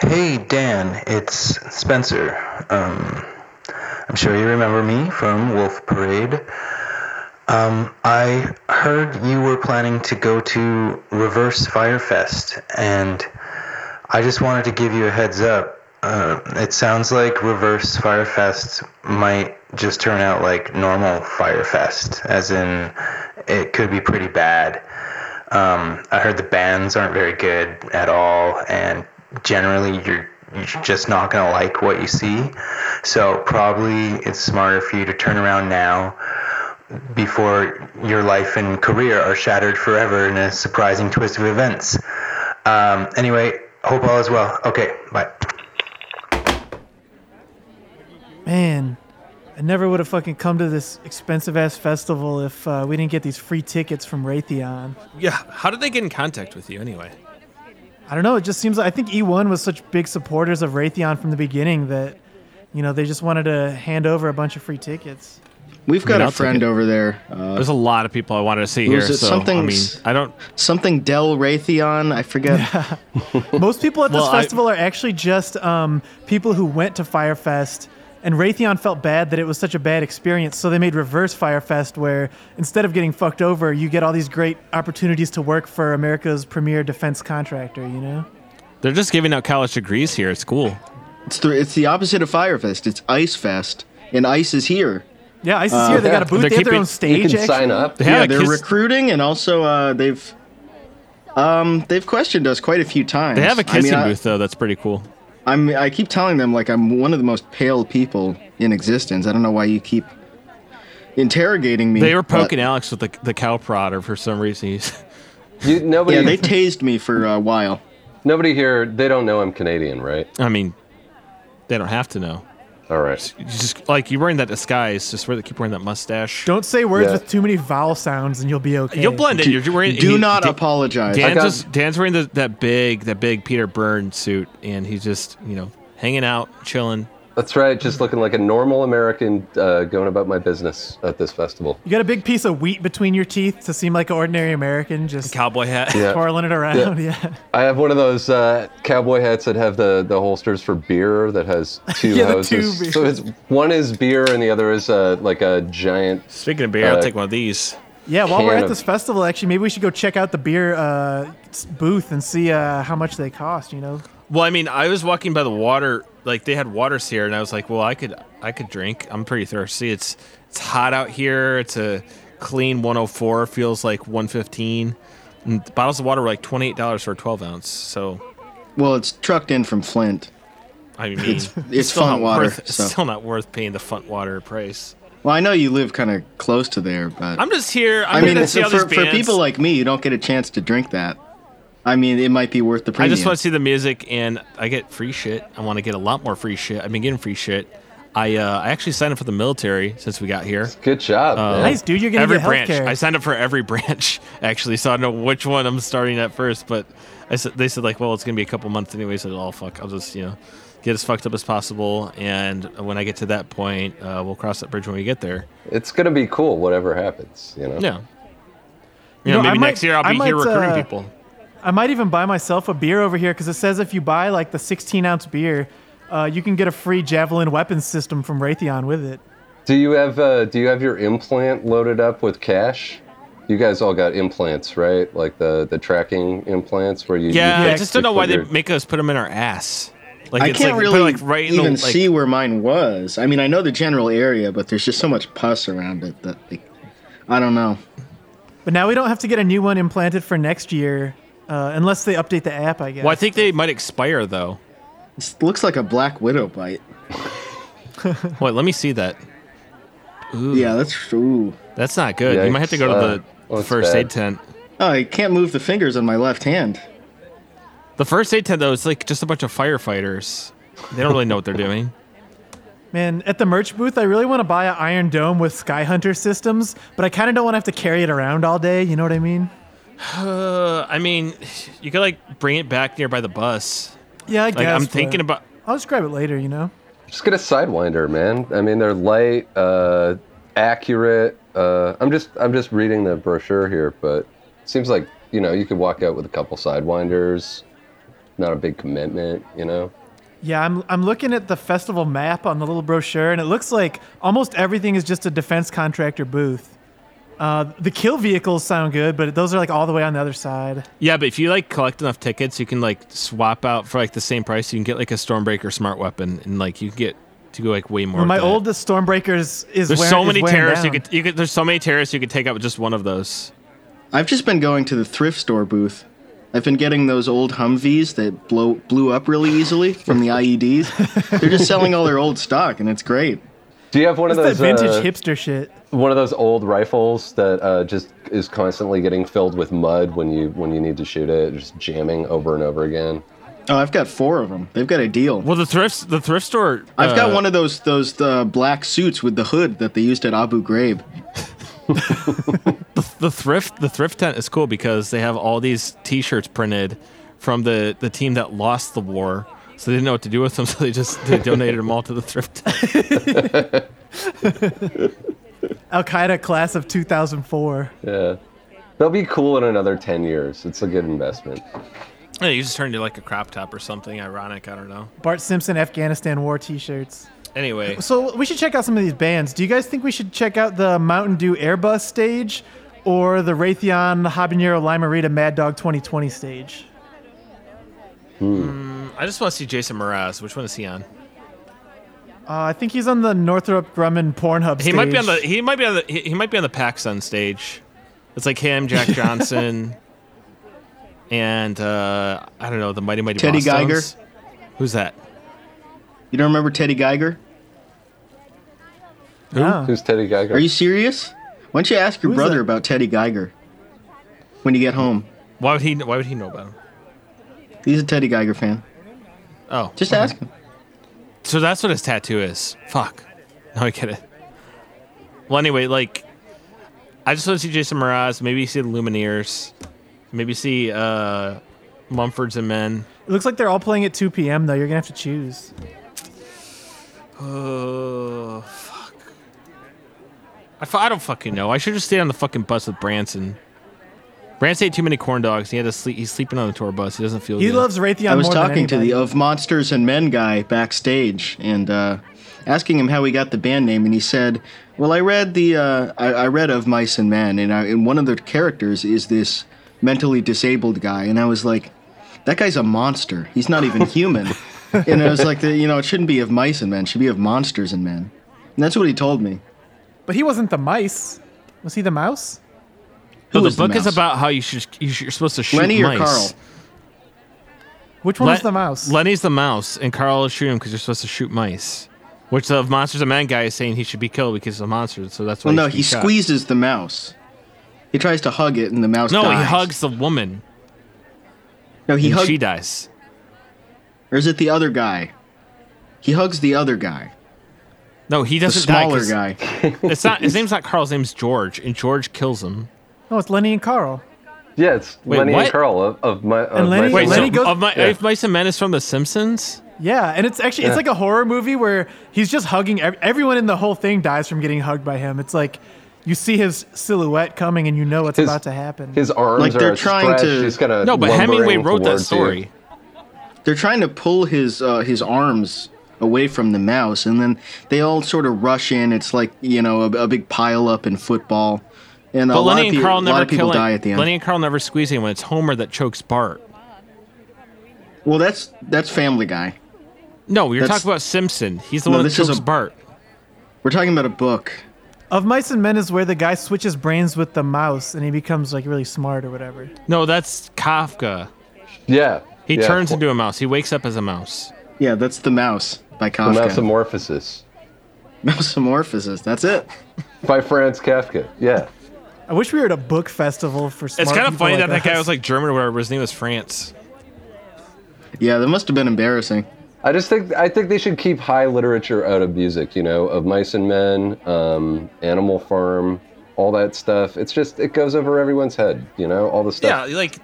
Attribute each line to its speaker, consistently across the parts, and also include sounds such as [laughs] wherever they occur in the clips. Speaker 1: Hey Dan, it's Spencer. Um, I'm sure you remember me from Wolf Parade. Um, I heard you were planning to go to Reverse Firefest, and I just wanted to give you a heads up. Uh, it sounds like Reverse Firefest might just turn out like normal Firefest, as in it could be pretty bad. Um, I heard the bands aren't very good at all, and generally you're you're just not gonna like what you see. So probably it's smarter for you to turn around now before your life and career are shattered forever in a surprising twist of events. Um, anyway, hope all is well. Okay, bye.
Speaker 2: Man, I never would have fucking come to this expensive ass festival if uh, we didn't get these free tickets from Raytheon.
Speaker 3: Yeah. How did they get in contact with you anyway?
Speaker 2: I don't know. It just seems like I think E1 was such big supporters of Raytheon from the beginning that, you know, they just wanted to hand over a bunch of free
Speaker 3: [laughs]
Speaker 2: tickets.
Speaker 4: We've got
Speaker 3: mean, I'll
Speaker 4: a
Speaker 3: take
Speaker 4: friend
Speaker 3: it.
Speaker 4: over there. Uh,
Speaker 3: There's a lot of people I wanted to see here.
Speaker 4: Was it
Speaker 3: So I mean,
Speaker 4: something's-
Speaker 3: I don't.
Speaker 4: something Del Raytheon. I forget.
Speaker 2: Most people at this
Speaker 3: Well, I-
Speaker 2: festival are actually just um, people who went to Firefest, and Raytheon felt bad that it was such a bad experience, so they made reverse Firefest, where instead of getting fucked over, you get all these great opportunities to work for America's premier defense contractor. You know?
Speaker 3: They're just giving out college degrees here at school.
Speaker 4: It's the, it's the opposite of Firefest. It's Ice Fest, and Ice is here.
Speaker 2: Uh, Yeah, ICE is here. They got a booth.
Speaker 3: They're
Speaker 2: They have their
Speaker 3: keeping-
Speaker 2: own
Speaker 3: you
Speaker 2: stage.
Speaker 5: you can
Speaker 2: actually.
Speaker 5: sign up.
Speaker 3: They
Speaker 4: Yeah,
Speaker 3: had a
Speaker 4: they're
Speaker 3: kiss-
Speaker 4: recruiting, and also uh, they've um, they've questioned us quite a few times.
Speaker 3: they have a kissing
Speaker 4: I Mm, mean, I-
Speaker 3: booth though. That's pretty cool.
Speaker 4: I'm I keep telling them like I'm one of the most pale people in existence. I don't know why you keep interrogating me.
Speaker 3: They were
Speaker 4: but-
Speaker 3: poking Alex with the the cow prodder for some reason. He's- [laughs]
Speaker 5: You, nobody,
Speaker 4: Yeah, they tased me for a while.
Speaker 5: nobody here. They don't know I'm Canadian, right?
Speaker 3: I mean, they don't have to know.
Speaker 5: All right.
Speaker 3: You just like you're wearing that disguise. Just wear that. Keep wearing that mustache.
Speaker 2: Don't say words
Speaker 5: Yeah.
Speaker 2: with too many vowel sounds, and you'll be okay.
Speaker 3: You'll blend in. You're you're wearing.
Speaker 4: Do
Speaker 3: he-
Speaker 4: not
Speaker 3: Dan-
Speaker 4: apologize.
Speaker 3: Dan's,
Speaker 5: got-
Speaker 3: just- Dan's wearing the, that big that big Peter Byrne suit, and he's just you know hanging out, chilling.
Speaker 5: That's right. Just looking like a normal American uh, going about my business at this festival.
Speaker 2: You got a big piece of wheat between your teeth to seem like an ordinary American, just
Speaker 3: Cowboy hat.
Speaker 5: Yeah.
Speaker 2: twirling it around. [laughs] yeah.
Speaker 5: I have one of those uh, cowboy hats that have the, the holsters for beer
Speaker 2: [laughs]
Speaker 5: that has two
Speaker 2: Yeah, the two
Speaker 5: hoses.
Speaker 2: beers.
Speaker 5: so it's, one is beer and the other is uh, like a giant.
Speaker 3: [laughs] Speaking of beer, I'll
Speaker 5: Uh,
Speaker 3: take one of these.
Speaker 2: Yeah, while we're
Speaker 5: can
Speaker 2: at
Speaker 5: of-
Speaker 2: this festival, actually, maybe we should go check out the beer uh, s- booth and see uh, how much they cost. You know,
Speaker 3: Well, I mean, I was walking by the water, like they had waters here, and I was like, well, I could, I could drink. I'm pretty thirsty. It's, it's hot out here. It's a clean 104. Feels like 115. And the bottles of water were like twenty eight dollars for a twelve ounce. So,
Speaker 4: Well, it's trucked in from Flint.
Speaker 3: I mean, it's,
Speaker 4: [laughs] it's
Speaker 3: still
Speaker 4: font
Speaker 3: not
Speaker 4: water,
Speaker 3: Worth, it's
Speaker 4: so.
Speaker 3: still not worth paying the font water price.
Speaker 4: Well, I know you live kind of close to there, but
Speaker 3: I'm just here. I'm
Speaker 4: I mean,
Speaker 3: here to
Speaker 4: it's,
Speaker 3: see
Speaker 4: for,
Speaker 3: all these
Speaker 4: for
Speaker 3: bands.
Speaker 4: people like me, you don't get a chance to drink that. I mean, it might be worth the
Speaker 3: I
Speaker 4: premium.
Speaker 3: just want to see the music, and I get free shit. I want to get a lot more free shit. I've been getting free shit. I, uh, I actually signed up for the military since we got here.
Speaker 5: Good job. man.
Speaker 2: Oh. nice dude, you're gonna
Speaker 3: every
Speaker 2: get
Speaker 3: branch.
Speaker 2: healthcare.
Speaker 3: I signed up for every [laughs] branch actually, so I don't know which one I'm starting at first. But I said they said like, well, it's gonna be a couple months anyway, so all fuck. I'll just you know get as fucked up as possible, and when I get to that point, uh, we'll cross that bridge when we get there.
Speaker 5: It's gonna be cool, whatever happens. You know.
Speaker 3: Yeah. You know,
Speaker 2: know, I
Speaker 3: maybe
Speaker 2: might-
Speaker 3: next year I'll
Speaker 2: I
Speaker 3: be here
Speaker 2: might,
Speaker 3: recruiting
Speaker 2: uh,
Speaker 3: people.
Speaker 2: I might even buy myself a beer over here because it says if you buy like the 16 ounce beer, uh, you can get a free javelin weapons system from Raytheon with it.
Speaker 5: Do you have uh, Do you have your implant loaded up with cash? You guys all got implants, right? Like the the tracking implants where you. you
Speaker 3: Yeah, I
Speaker 5: put-
Speaker 3: just don't
Speaker 5: you
Speaker 3: know why
Speaker 5: put
Speaker 3: they
Speaker 5: your-
Speaker 3: make us put them in our ass. Like
Speaker 4: I
Speaker 3: it's
Speaker 4: can't
Speaker 3: like, put it,
Speaker 4: really
Speaker 3: like right in the,
Speaker 4: even
Speaker 3: like-
Speaker 4: see where mine was. I mean, I know the general area, but there's just so much pus around it that like, I don't know.
Speaker 2: But now we don't have to get a new one implanted for next year, uh, unless they update the app. I guess.
Speaker 3: Well, I think they might expire though.
Speaker 4: It looks like a black widow bite.
Speaker 3: Wait, let me see that.
Speaker 4: Yeah, that's true.
Speaker 3: That's not good. you might have to go
Speaker 5: Yikes,
Speaker 3: to
Speaker 5: uh,
Speaker 3: the
Speaker 5: looks
Speaker 3: first
Speaker 5: bad.
Speaker 3: aid tent.
Speaker 4: Oh, I can't move the fingers on my left hand.
Speaker 3: The first aid tent though is like just a bunch of firefighters. They don't really know what they're doing.
Speaker 2: Man, at the merch booth, I really want to buy an Iron Dome with Skyhunter systems, but I kind of don't want to have to carry it around all day. You know what I mean?
Speaker 3: [laughs] Uh, I mean, you could like bring it back nearby the bus.
Speaker 2: Yeah, I
Speaker 3: Like
Speaker 2: guess.
Speaker 3: I'm
Speaker 2: but
Speaker 3: thinking about.
Speaker 2: I'll just grab it later. You know.
Speaker 5: Just get a sidewinder, man. I mean, they're light, uh, accurate. Uh, I'm just I'm just reading the brochure here, but it seems like you know you could walk out with a couple sidewinders. Not a big commitment, you know.
Speaker 2: Yeah, I'm I'm looking at the festival map on the little brochure, and it looks like almost everything is just a defense contractor booth. Uh, the kill vehicles sound good, but those are like all the way on the other side.
Speaker 3: Yeah, but if you like collect enough tickets, you can like swap out for like the same price. You can get like a Stormbreaker smart weapon, and like you can get to go like way more.
Speaker 2: My
Speaker 3: of that.
Speaker 2: oldest Stormbreakers is
Speaker 3: There's
Speaker 2: wearing,
Speaker 3: so
Speaker 2: is
Speaker 3: many
Speaker 2: wearing
Speaker 3: terrorists you
Speaker 2: down.
Speaker 3: could, you could. There's so many terrorists you could take out with just one of those.
Speaker 4: I've just been going to the thrift store booth. I've been getting those old Humvees that blow blew up really easily from
Speaker 3: [laughs]
Speaker 4: the IEDs. They're just selling all their old stock, and it's great.
Speaker 5: Do you have one of
Speaker 2: That's
Speaker 5: those
Speaker 2: that vintage
Speaker 5: uh,
Speaker 2: hipster shit.
Speaker 5: one of those old rifles that uh, just is constantly getting filled with mud when you when you need to shoot it, just jamming over and over again?
Speaker 4: Oh, I've got four of them. They've got a deal.
Speaker 3: Well, the thrift the thrift store.
Speaker 4: I've got
Speaker 3: uh,
Speaker 4: one of those those uh, black suits with the hood that they used at Abu Ghraib.
Speaker 3: the thrift the thrift tent is cool because they have all these T-shirts printed from the the team that lost the war. So they didn't know what to do with them, [laughs] so they just they donated them all to the thrift. tent.
Speaker 2: Al Qaeda class of 2004.
Speaker 5: Yeah, they'll be cool in another ten years. It's a good investment.
Speaker 3: [laughs] Yeah, you just turned into like a crop top or something ironic. I don't know.
Speaker 2: Bart Simpson Afghanistan War T-shirts.
Speaker 3: Anyway,
Speaker 2: So we should check out some of these bands. Do you guys think we should check out the Mountain Dew Airbus stage or the Raytheon Habanero Limerita Mad Dog 2020 stage?
Speaker 3: I just want to see Jason Mraz. Which one is he on?
Speaker 2: Uh, I think he's on the Northrop Grumman Pornhub
Speaker 3: He
Speaker 2: stage.
Speaker 3: might be on the he might be on the he, he might be on the PacSun stage. It's like him,
Speaker 4: [laughs]
Speaker 3: Jack Johnson, and uh, I don't know the Mighty Mighty
Speaker 4: Teddy
Speaker 3: Bosstones.
Speaker 4: Geiger?
Speaker 3: Who's that?
Speaker 4: You don't remember Teddy Geiger?
Speaker 2: No.
Speaker 5: Who's Teddy Geiger?
Speaker 4: Are you serious? Why don't you ask your
Speaker 2: Who is
Speaker 4: brother
Speaker 2: that?
Speaker 4: about Teddy Geiger when you get home?
Speaker 3: Why would he Why would he know about him?
Speaker 4: He's a Teddy Geiger fan.
Speaker 3: Oh,
Speaker 4: Just ask him.
Speaker 3: So that's what his tattoo is. Fuck. No, I get it. Well, anyway, like, I just want to see Jason Mraz. Maybe see the Lumineers. Maybe see uh, Mumfords and Men.
Speaker 2: It looks like they're all playing at 2 p.m. though. You're gonna have to choose.
Speaker 3: Oh, fuck. I, fu- I don't fucking know. I should just stay on the fucking bus with Branson. Branson ate too many corn dogs. He had to sleep. He's sleeping on the tour bus. He doesn't feel.
Speaker 2: He
Speaker 3: good.
Speaker 2: loves Raytheon
Speaker 4: I was
Speaker 2: more
Speaker 4: talking to
Speaker 2: than
Speaker 4: the
Speaker 2: anybody.
Speaker 4: Of Monsters and Men guy backstage and uh, asking him how he got the band name, and he said, "Well, I read the uh, I, I read Of Mice and Men, and, I, and one of the characters is this mentally disabled guy," and I was like, "That guy's a monster. He's not even human."
Speaker 3: [laughs]
Speaker 4: and I was like, "You know, it shouldn't be of mice and men. It should be of monsters and men." And that's what he told me.
Speaker 2: But he wasn't the mice. Was he the mouse?
Speaker 3: No,
Speaker 4: Who
Speaker 3: the
Speaker 4: is the
Speaker 3: book is
Speaker 4: mouse?
Speaker 3: about how you should. You should you're supposed to shoot
Speaker 4: Lenny or
Speaker 3: mice.
Speaker 4: Carl?
Speaker 2: Which one was
Speaker 3: Le-
Speaker 2: the mouse?
Speaker 3: Lenny's the mouse, and Carl is shooting him because you're supposed to shoot mice. Which the Monsters of Man guy is saying he should be killed because he's a monster, so that's why.
Speaker 4: Well, no,
Speaker 3: should be
Speaker 4: he
Speaker 3: shot.
Speaker 4: squeezes the mouse. He tries to hug it, and the mouse.
Speaker 3: No, he
Speaker 4: dies.
Speaker 3: hugs the woman,
Speaker 4: No, he
Speaker 3: and
Speaker 4: hugs.
Speaker 3: she dies.
Speaker 4: Or is it the other guy? He hugs the other guy,
Speaker 3: No, he
Speaker 4: the
Speaker 3: doesn't die.
Speaker 4: smaller
Speaker 3: 'cause-
Speaker 4: guy.
Speaker 3: [laughs] It's not his name's not Carl. His name's George, and George kills him.
Speaker 2: no, it's Lenny and Carl.
Speaker 5: yeah, it's
Speaker 3: Wait,
Speaker 5: Lenny
Speaker 3: what?
Speaker 5: and Carl of, of my. Of
Speaker 2: And Lenny-
Speaker 5: Mice
Speaker 3: Wait,
Speaker 2: Lenny
Speaker 3: so
Speaker 2: goes-
Speaker 3: of my,
Speaker 5: Yeah.
Speaker 3: if Mice and Men is from The Simpsons,
Speaker 2: Yeah, and it's actually it's like a horror movie where he's just hugging ev- everyone in the whole thing dies from getting hugged by him. It's like you see his silhouette coming and you know what's
Speaker 5: His-
Speaker 2: about to happen.
Speaker 5: His arms
Speaker 4: Like,
Speaker 5: are
Speaker 4: they're
Speaker 5: stretched.
Speaker 4: trying to-
Speaker 5: He's kind of
Speaker 3: no, but Hemingway wrote that story.
Speaker 4: They're trying to pull his uh, his arms away from the mouse, and then they all sort of rush in. It's like you know a, a big pile up in football, and a
Speaker 3: But
Speaker 4: lot
Speaker 3: Lenny
Speaker 4: of
Speaker 3: and
Speaker 4: people,
Speaker 3: Carl
Speaker 4: a lot
Speaker 3: never
Speaker 4: of people
Speaker 3: kill
Speaker 4: die at the
Speaker 3: him.
Speaker 4: end.
Speaker 3: Lenny and Carl never squeeze anyone. It's Homer that chokes Bart.
Speaker 4: well, that's that's Family Guy.
Speaker 3: No, you're
Speaker 4: That's-
Speaker 3: talking about Simpson. He's the
Speaker 4: No,
Speaker 3: one that
Speaker 4: this is
Speaker 3: chokes
Speaker 4: a-
Speaker 3: Bart.
Speaker 4: We're talking about a book.
Speaker 2: Of Mice and Men is where the guy switches brains with the mouse and he becomes like really smart or whatever.
Speaker 3: No, that's Kafka.
Speaker 5: Yeah,
Speaker 3: He
Speaker 5: yeah,
Speaker 3: turns
Speaker 5: for-
Speaker 3: into a mouse. He wakes up as a mouse.
Speaker 4: Yeah, that's the mouse by [laughs]
Speaker 5: the
Speaker 4: Kafka.
Speaker 5: Mousomorphosis
Speaker 4: Mouseomorphosis. That's it.
Speaker 5: by Franz Kafka. Yeah,
Speaker 2: I wish we were at a book festival for smart
Speaker 3: it's kind of
Speaker 2: people
Speaker 3: funny
Speaker 2: like
Speaker 3: that that guy
Speaker 2: us.
Speaker 3: was like German or whatever. His name was France.
Speaker 4: Yeah, that must have been embarrassing.
Speaker 5: I just think I think they should keep high literature out of music. You know, of Mice and Men, um, Animal Farm, all that stuff. It's just it goes over everyone's head. You know, all the
Speaker 3: Yeah,
Speaker 5: stuff.
Speaker 3: like,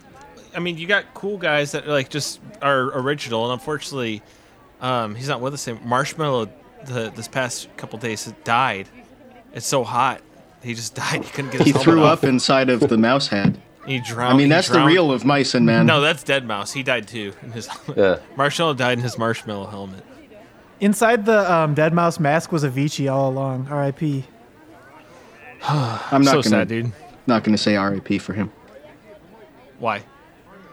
Speaker 3: I mean, you got cool guys that like just are original, and unfortunately, um, he's not with us anymore. Marshmallow, the, this past couple days, has died. It's so hot, he just [laughs] died. He couldn't get. His
Speaker 4: He
Speaker 3: helmet
Speaker 4: threw
Speaker 3: off. [laughs]
Speaker 4: up inside of the mouse head.
Speaker 3: He drowned.
Speaker 4: I mean,
Speaker 3: he
Speaker 4: that's the
Speaker 3: drowned-
Speaker 4: real of mice and men.
Speaker 3: No, that's Dead Mouse. He died too. In his
Speaker 5: Yeah.
Speaker 3: Marshmallow died in his marshmallow helmet.
Speaker 2: Inside the um, dead mouse mask was Avicii all along. R.I.P.
Speaker 4: I'm not
Speaker 3: so
Speaker 4: gonna
Speaker 3: sad, dude.
Speaker 4: not gonna say R.I.P. for him
Speaker 3: Why?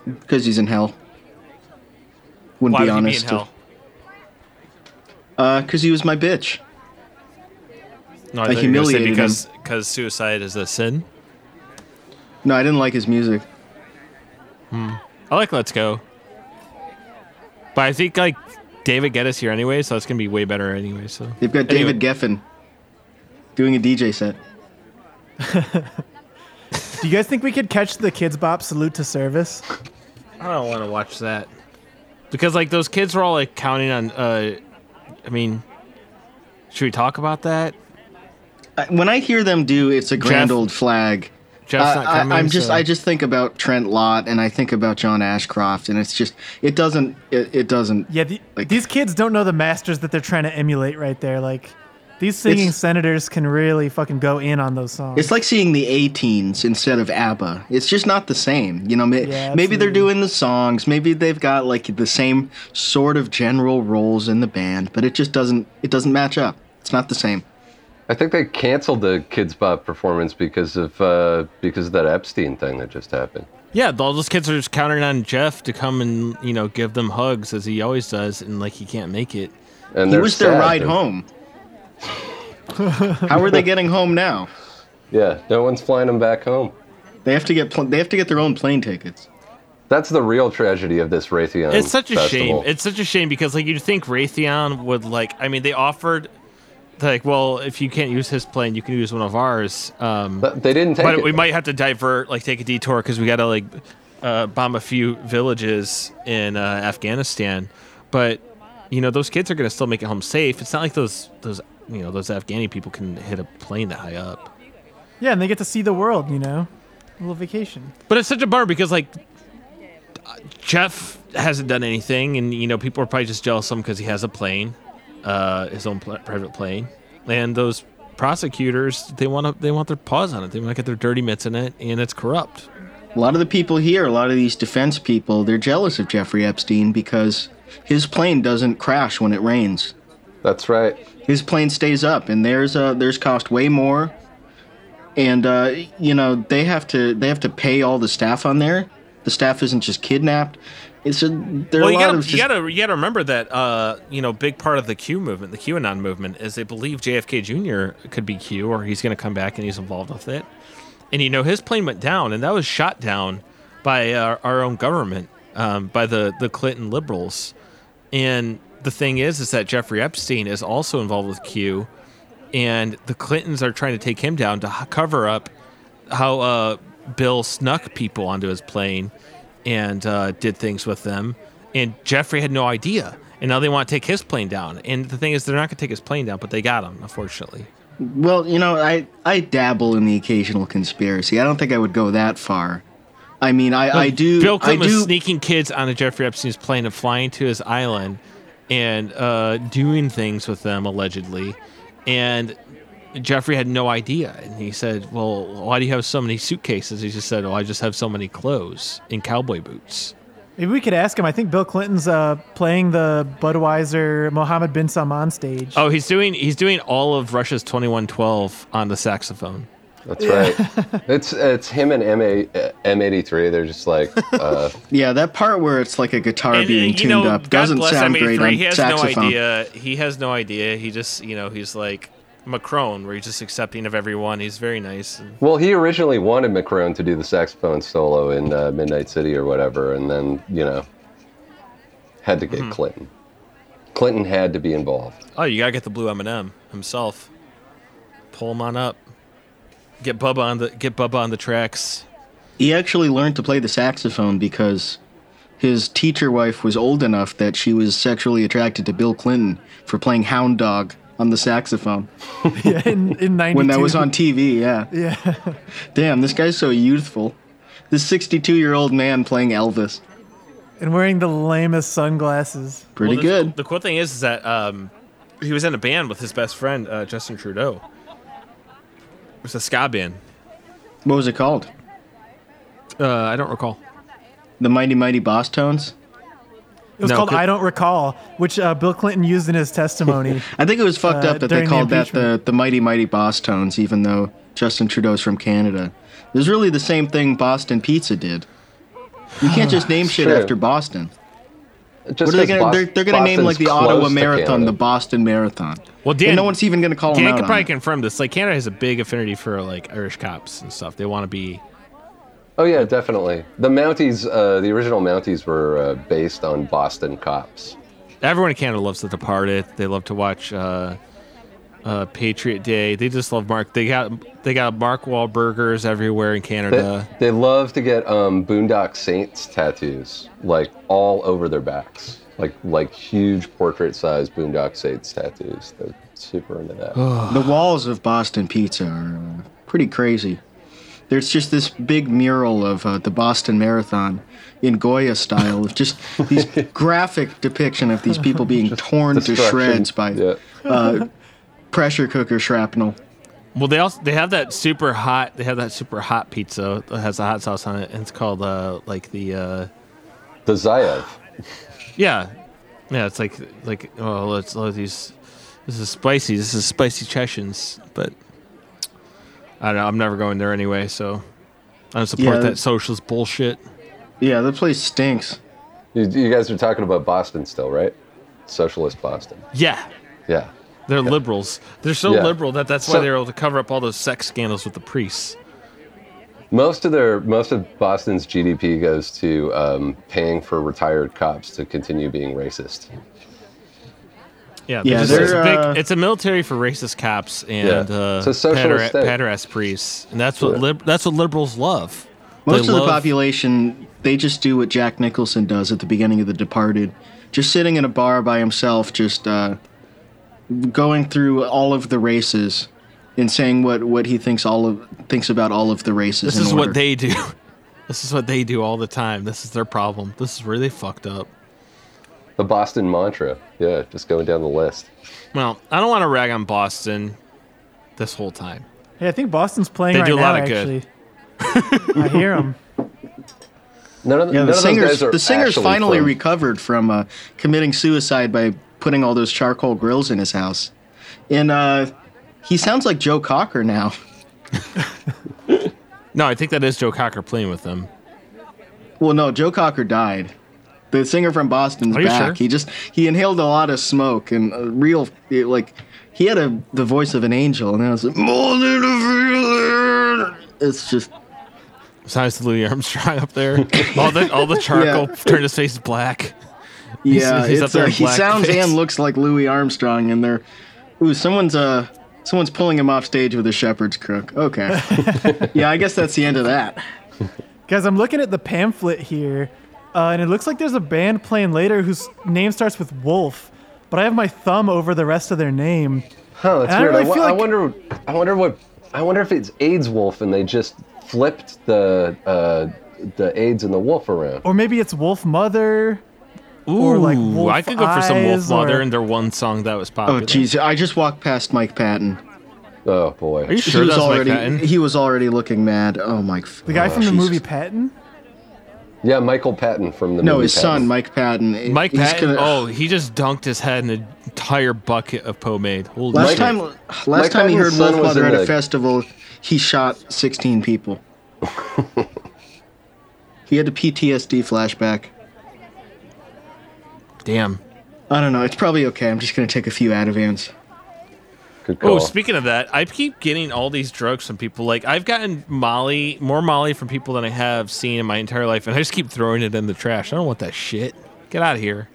Speaker 4: because he's in hell. Wouldn't
Speaker 3: Why
Speaker 4: be
Speaker 3: would
Speaker 4: honest.
Speaker 3: he be in hell?
Speaker 4: because he was my bitch.
Speaker 3: No, thought you were gonna
Speaker 4: I
Speaker 3: say
Speaker 4: humiliated him.
Speaker 3: because because suicide is a sin.
Speaker 4: No, I didn't like his music.
Speaker 3: I like Let's Go, but I think like David Guetta's here anyway, so it's gonna be way better anyway. So
Speaker 4: They've got
Speaker 3: Anyway.
Speaker 4: David Geffen doing a DJ set.
Speaker 2: Do you guys think we could catch the Kids Bop salute to service?
Speaker 3: I don't want to watch that because like those kids were all like counting on. uh I mean, should we talk about that?
Speaker 4: I- When I hear them do "It's a Grand
Speaker 3: Jeff-
Speaker 4: Old Flag,"
Speaker 3: Jeff's
Speaker 4: I-
Speaker 3: not coming.
Speaker 4: I, am just
Speaker 3: so-
Speaker 4: I just think about Trent Lott and I think about John Ashcroft, and it's just it doesn't it, it doesn't.
Speaker 2: Yeah, the,
Speaker 4: Like-
Speaker 2: these kids don't know the masters that they're trying to emulate right there. Like, these singing
Speaker 4: It's-
Speaker 2: senators can really fucking go in on those songs.
Speaker 4: It's like seeing the A-teens instead of ABBA. It's just not the same. You know, may,
Speaker 2: Yeah,
Speaker 4: maybe they're
Speaker 2: absolutely.
Speaker 4: doing the songs, maybe they've got like the same sort of general roles in the band, but it just doesn't it doesn't match up. It's not the same.
Speaker 5: I think they canceled the Kids Bop performance because of uh, because of that Epstein thing that just happened.
Speaker 3: Yeah, all those kids are just counting on Jeff to come and you know give them hugs as he always does, and like he can't make it.
Speaker 5: And
Speaker 4: It
Speaker 5: they're
Speaker 4: was their
Speaker 5: sad
Speaker 4: ride
Speaker 5: that-
Speaker 4: home. How are they getting home now?
Speaker 5: Yeah, no one's flying them back home.
Speaker 4: They have to get pl- they have to get their own plane tickets.
Speaker 5: That's the real tragedy of this Raytheon.
Speaker 3: It's such a
Speaker 5: festival.
Speaker 3: shame. It's such a shame because like you'd think Raytheon would like. I mean, they offered like, well, if you can't use his plane, you can use one of ours. Um,
Speaker 5: But they didn't take
Speaker 3: but
Speaker 5: it.
Speaker 3: we might have to divert, like take a detour because we got to like uh, bomb a few villages in uh, Afghanistan. But you know, those kids are gonna still make it home safe. It's not like those those you know those Afghani people can hit a plane that high up.
Speaker 2: yeah, and they get to see the world, you know? A little vacation.
Speaker 3: But it's such a bummer because like uh, Jeff hasn't done anything, and you know people are probably just jealous of him because he has a plane, uh, his own pl- private plane, and those prosecutors they want to they want their paws on it. They want to get their dirty mitts in it, and it's corrupt.
Speaker 4: A lot of the people here, a lot of these defense people, they're jealous of Jeffrey Epstein because his plane doesn't crash when it rains.
Speaker 5: That's right.
Speaker 4: His plane stays up, and theirs uh, theirs cost way more. And uh, you know they have to they have to pay all the staff on there. The staff isn't just kidnapped. It's a, there are
Speaker 3: Well, you
Speaker 4: a lot
Speaker 3: gotta,
Speaker 4: of just,
Speaker 3: you gotta you gotta remember that uh, you know big part of the Q movement, the QAnon movement, is they believe JFK Jr. could be Q or he's gonna come back and he's involved with it. And you know his plane went down, and that was shot down by our, our own government, um, by the the Clinton liberals. And the thing is, is that Jeffrey Epstein is also involved with Q, and the Clintons are trying to take him down to h- cover up how uh, Bill snuck people onto his plane and uh, did things with them. And Jeffrey had no idea. And now they want to take his plane down. And the thing is, they're not going to take his plane down, but they got him, unfortunately.
Speaker 4: well, you know, I I dabble in the occasional conspiracy. I don't think I would go that far. I mean, I, I do.
Speaker 3: Bill Clinton
Speaker 4: I do,
Speaker 3: was sneaking kids onto Jeffrey Epstein's plane and flying to his island and uh, doing things with them, allegedly. And Jeffrey had no idea. And he said, Well, why do you have so many suitcases? He just said, Oh, I just have so many clothes and cowboy boots.
Speaker 2: Maybe we could ask him. I think Bill Clinton's uh, playing the Budweiser Mohammed bin Salman stage.
Speaker 3: Oh, he's doing he's doing all of Russia's 2112 on the saxophone.
Speaker 5: That's right. it's it's him and M M eighty three. They're just like uh,
Speaker 4: Yeah, that part where it's like a guitar
Speaker 3: And,
Speaker 4: being
Speaker 3: and,
Speaker 4: tuned up
Speaker 3: God
Speaker 4: doesn't
Speaker 3: bless
Speaker 4: sound
Speaker 3: M83,
Speaker 4: great on
Speaker 3: He has
Speaker 4: saxophone.
Speaker 3: no idea. He has no idea. He just, you know, he's like Macron, where he's just accepting of everyone. He's very nice. And
Speaker 5: Well, he originally wanted Macron to do the saxophone solo in uh, Midnight City or whatever, and then you know had to get Clinton. Clinton had to be involved.
Speaker 3: oh, you gotta get the blue M&M himself. Pull him on up. Get Bubba on the get Bubba on the tracks.
Speaker 4: He actually learned to play the saxophone because his teacher wife was old enough that she was sexually attracted to Bill Clinton for playing Hound Dog on the saxophone
Speaker 2: yeah, [laughs] in, in 92.
Speaker 4: when that was on TV. Yeah.
Speaker 2: Yeah.
Speaker 4: [laughs] Damn, this guy's so youthful. This 62 year old man playing Elvis.
Speaker 2: and wearing the lamest sunglasses.
Speaker 4: Pretty
Speaker 3: Well, the-
Speaker 4: good.
Speaker 3: The cool thing is, is that um, he was in a band with his best friend uh, Justin Trudeau. It was a ska band.
Speaker 4: What was it called?
Speaker 3: Uh, I don't recall.
Speaker 4: The Mighty Mighty Boss Tones.
Speaker 2: It was
Speaker 3: No,
Speaker 2: called
Speaker 3: could-
Speaker 2: "I Don't Recall," which uh, Bill Clinton used in his
Speaker 3: [laughs]
Speaker 2: testimony.
Speaker 4: I think it was fucked
Speaker 2: Uh,
Speaker 4: up that they
Speaker 2: during the
Speaker 4: called that the,
Speaker 2: impeachment.
Speaker 4: the Mighty Mighty Boss Tones, even though Justin Trudeau's from Canada. It was really the same thing Boston Pizza did. You can't just name shit
Speaker 5: True.
Speaker 4: after Boston. What
Speaker 5: Just
Speaker 4: are they
Speaker 5: 'cause
Speaker 4: gonna,
Speaker 5: Bos-
Speaker 4: they're, they're gonna name
Speaker 5: Boston's
Speaker 4: like the
Speaker 5: close
Speaker 4: Ottawa
Speaker 5: to
Speaker 4: Marathon,
Speaker 5: Canada.
Speaker 4: the Boston Marathon.
Speaker 3: Well, Dan,
Speaker 4: and Oh, no one's even gonna call them
Speaker 3: Dan
Speaker 4: out
Speaker 3: can
Speaker 4: on
Speaker 3: probably
Speaker 4: it.
Speaker 3: confirm this. Like Canada has a big affinity for like Irish cops and stuff. They want to be.
Speaker 5: Oh yeah, definitely. The Mounties, uh, the original Mounties were uh, based on Boston cops.
Speaker 3: Everyone in Canada loves The Departed. They love to watch uh, uh, Patriot Day. They just love Mark. They got they got Mark Wahlburgers everywhere in
Speaker 5: They,
Speaker 3: Canada.
Speaker 5: they love to get um, Boondock Saints tattoos, like all over their backs, like like huge portrait-sized Boondock Saints tattoos. They're super into that.
Speaker 4: The walls of Boston Pizza are uh, pretty crazy. There's just this big mural of uh, the Boston Marathon in Goya style of
Speaker 5: [laughs]
Speaker 4: just these graphic depiction of these people being torn to
Speaker 5: Destruction.
Speaker 4: shreds by
Speaker 5: yeah.
Speaker 4: uh, pressure cooker shrapnel.
Speaker 3: Well, they also they have that super hot. They have that super hot pizza that has the hot sauce on it, and it's called uh, like the uh,
Speaker 5: the Zayev.
Speaker 3: yeah, yeah. It's like like oh, let's let these. This is spicy. This is spicy Chechens, but I don't know. I'm never going there anyway, so I don't support
Speaker 4: Yeah.
Speaker 3: that socialist bullshit.
Speaker 4: Yeah, the place stinks.
Speaker 5: You, you guys are talking about Boston still, right? Socialist Boston.
Speaker 3: Yeah,
Speaker 5: Yeah.
Speaker 3: they're liberals. They're so
Speaker 5: Yeah.
Speaker 3: liberal that that's why
Speaker 5: So-
Speaker 3: they're able to cover up all those sex scandals with the priests.
Speaker 5: Most of their most of Boston's GDP goes to um, paying for retired cops to continue being racist.
Speaker 3: Yeah,
Speaker 4: Yeah,
Speaker 3: just- it's,
Speaker 4: they're,
Speaker 3: a big-
Speaker 4: uh,
Speaker 3: it's a military for racist cops and
Speaker 5: Yeah.
Speaker 3: uh,
Speaker 5: It's a social
Speaker 3: pedera-
Speaker 5: state.
Speaker 3: pederast priests, and that's what
Speaker 5: Yeah.
Speaker 3: lib- that's what liberals love.
Speaker 4: Most
Speaker 3: They
Speaker 4: of the
Speaker 3: love-
Speaker 4: population, they just do what Jack Nicholson does at the beginning of The Departed, just sitting in a bar by himself, just uh, going through all of the races and saying what, what he thinks all of thinks about all of the races.
Speaker 3: This
Speaker 4: in
Speaker 3: is
Speaker 4: order.
Speaker 3: what they do. [laughs] This is what they do all the time. This is their problem. This is where they fucked up.
Speaker 5: The Boston mantra. Yeah, just going down the list.
Speaker 3: Well, I don't want to rag on Boston this whole time.
Speaker 2: hey, I think Boston's playing
Speaker 3: They
Speaker 2: right
Speaker 3: do a
Speaker 2: now.
Speaker 3: lot of good.
Speaker 2: actually, [laughs] I hear them.
Speaker 5: None of,
Speaker 4: Yeah,
Speaker 5: none
Speaker 4: the
Speaker 5: of those
Speaker 4: singers
Speaker 5: guys are
Speaker 4: the singers
Speaker 5: actually
Speaker 4: finally
Speaker 5: from-
Speaker 4: recovered from uh, committing suicide by putting all those charcoal grills in his house, and uh, he sounds like Joe Cocker now. [laughs]
Speaker 3: No, I think that is Joe Cocker playing with them.
Speaker 4: Well, no, Joe Cocker died. The singer from Boston's
Speaker 3: Are you
Speaker 4: back.
Speaker 3: sure?
Speaker 4: He just he inhaled a lot of smoke and a real it, like he had a the voice of an angel, and I was like, "More than a feeling." It's just
Speaker 3: Besides Louis Armstrong [laughs] up there, all the all the charcoal turned his face black.
Speaker 4: yeah,
Speaker 3: he's up
Speaker 4: it's,
Speaker 3: there
Speaker 4: uh,
Speaker 3: in
Speaker 4: he
Speaker 3: blackface.
Speaker 4: sounds and looks like Louis Armstrong, and they're ooh, someone's uh someone's pulling him off stage with a shepherd's crook.
Speaker 3: [laughs]
Speaker 4: Okay, yeah, I guess that's the end of that.
Speaker 2: Guys, I'm looking at the pamphlet here, uh, and it looks like there's a band playing later whose name starts with Wolf, but I have my thumb over the rest of their name.
Speaker 5: Huh, that's
Speaker 2: I
Speaker 5: weird. I,
Speaker 2: really
Speaker 5: wo-
Speaker 2: feel
Speaker 5: I
Speaker 2: like-
Speaker 5: wonder. I wonder what. I wonder if it's AIDS Wolf and they just flipped the uh, the AIDS and the wolf around.
Speaker 2: Or maybe it's Wolf Mother.
Speaker 3: Ooh,
Speaker 2: Or like wolf
Speaker 3: I could go for some Wolf
Speaker 2: eyes or-
Speaker 3: Mother and their one song that was
Speaker 4: Oh
Speaker 3: popular.
Speaker 4: jeez, I just walked past Mike Patton.
Speaker 5: Oh boy.
Speaker 3: Are you sure
Speaker 4: he was
Speaker 3: that's
Speaker 4: already
Speaker 3: like that? And-
Speaker 4: he was already looking mad. Oh my,
Speaker 2: The guy from the movie Patton?
Speaker 5: yeah, Michael Patton from the
Speaker 4: No,
Speaker 5: movie
Speaker 4: his son,
Speaker 5: Patton.
Speaker 4: Mike Patton.
Speaker 3: Mike
Speaker 4: he's
Speaker 3: Patton.
Speaker 4: gonna-
Speaker 3: oh, he just dunked his head in an entire bucket of pomade. Holy
Speaker 4: last
Speaker 5: Mike-
Speaker 3: shit.
Speaker 4: time, last
Speaker 5: Mike
Speaker 4: time he heard
Speaker 5: Patton's son
Speaker 4: Wolf
Speaker 5: was
Speaker 4: Mother
Speaker 5: in
Speaker 4: at a
Speaker 5: the-
Speaker 4: festival, he shot 16
Speaker 5: [laughs]
Speaker 4: people. he had a PTSD flashback.
Speaker 3: damn.
Speaker 4: I don't know. It's probably okay. I'm just gonna take a few Advans.
Speaker 5: Good call.
Speaker 3: Oh, speaking of that, I keep getting all these drugs from people. Like I've gotten Molly, more Molly from people than I have seen in my entire life, and I just keep throwing it in the trash. I don't want that shit. Get out of here.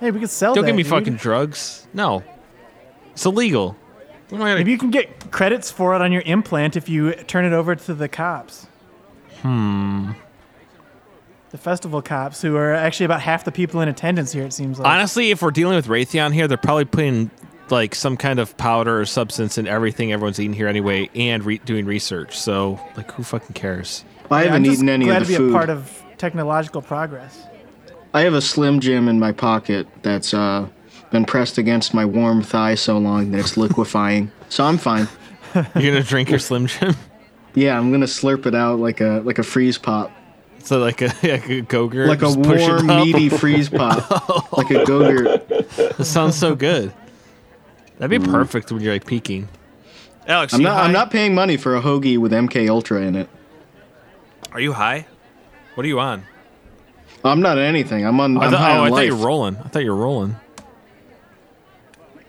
Speaker 2: Hey, we could sell
Speaker 3: Don't
Speaker 2: that,
Speaker 3: give me
Speaker 2: dude.
Speaker 3: fucking drugs. No, it's illegal. What am I gonna-
Speaker 2: Maybe you can get credits for it on your implant if you turn it over to the cops. Hmm.
Speaker 4: Hmm.
Speaker 2: The festival cops, who are actually about half the people in attendance here, it seems like.
Speaker 3: Honestly, if we're dealing with Raytheon here, they're probably putting like some kind of powder or substance in everything everyone's eating here anyway, and re- doing research. So like, who fucking cares?
Speaker 2: Yeah,
Speaker 4: I
Speaker 2: I'm
Speaker 4: haven't
Speaker 2: just
Speaker 4: eaten any
Speaker 2: glad
Speaker 4: of the
Speaker 2: to be
Speaker 4: food.
Speaker 2: a part of technological progress.
Speaker 4: I have a Slim Jim in my pocket that's uh, been pressed against my warm
Speaker 5: [laughs]
Speaker 4: thigh so long that it's liquefying. So I'm fine.
Speaker 3: [laughs] You're gonna drink your Slim Jim?
Speaker 4: Yeah, I'm gonna slurp it out like a like a freeze pop,
Speaker 3: So like a, like a go-gurt.
Speaker 4: like a
Speaker 3: just push it
Speaker 4: warm,
Speaker 3: up.
Speaker 4: meaty
Speaker 3: [laughs]
Speaker 4: freeze pop, like a go-gurt.
Speaker 3: That sounds so good. That'd be perfect when you're like peeking. Alex,
Speaker 4: Mm. I'm
Speaker 3: you
Speaker 4: not
Speaker 3: high?
Speaker 4: I'm not paying money for a hoagie with MK Ultra in it.
Speaker 3: Are you high? What are you on?
Speaker 4: I'm not on anything. I'm on.
Speaker 3: I
Speaker 4: I'm
Speaker 3: thought,
Speaker 4: high
Speaker 3: oh, I
Speaker 4: on
Speaker 3: thought you
Speaker 4: life.
Speaker 3: were rolling. I thought you were rolling.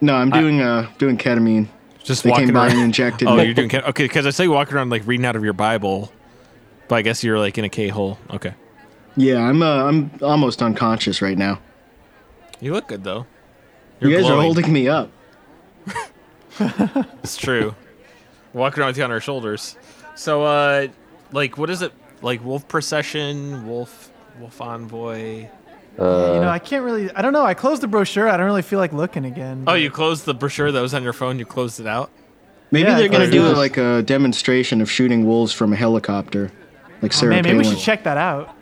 Speaker 4: no, I'm doing uh doing ketamine.
Speaker 3: Just
Speaker 4: They
Speaker 3: walking
Speaker 4: came by
Speaker 3: around.
Speaker 4: and
Speaker 3: [laughs]
Speaker 4: injected
Speaker 3: oh,
Speaker 4: me.
Speaker 3: you're doing okay. Because I saw you walking around like reading out of your Bible, but I guess you're like in a K hole. Okay.
Speaker 4: Yeah, I'm uh, I'm almost unconscious right now.
Speaker 3: You look good though.
Speaker 4: you guys
Speaker 3: glowing.
Speaker 4: are holding me up.
Speaker 3: It's true. Walking around with you on our shoulders. So, uh, like, what is it? Like wolf procession, wolf, wolf envoy.
Speaker 4: Uh,
Speaker 2: you know, I can't really. I don't know. I closed the brochure. I don't really feel like looking again.
Speaker 3: Oh, you closed the brochure that was on your phone. You closed it out.
Speaker 4: Maybe
Speaker 2: Yeah, I
Speaker 4: they're
Speaker 2: thought
Speaker 4: gonna
Speaker 2: it
Speaker 4: do
Speaker 2: was-
Speaker 4: like a demonstration of shooting wolves from a helicopter,
Speaker 3: Oh,
Speaker 4: like Sarah
Speaker 2: man, maybe we
Speaker 4: Palin.
Speaker 2: should check that out.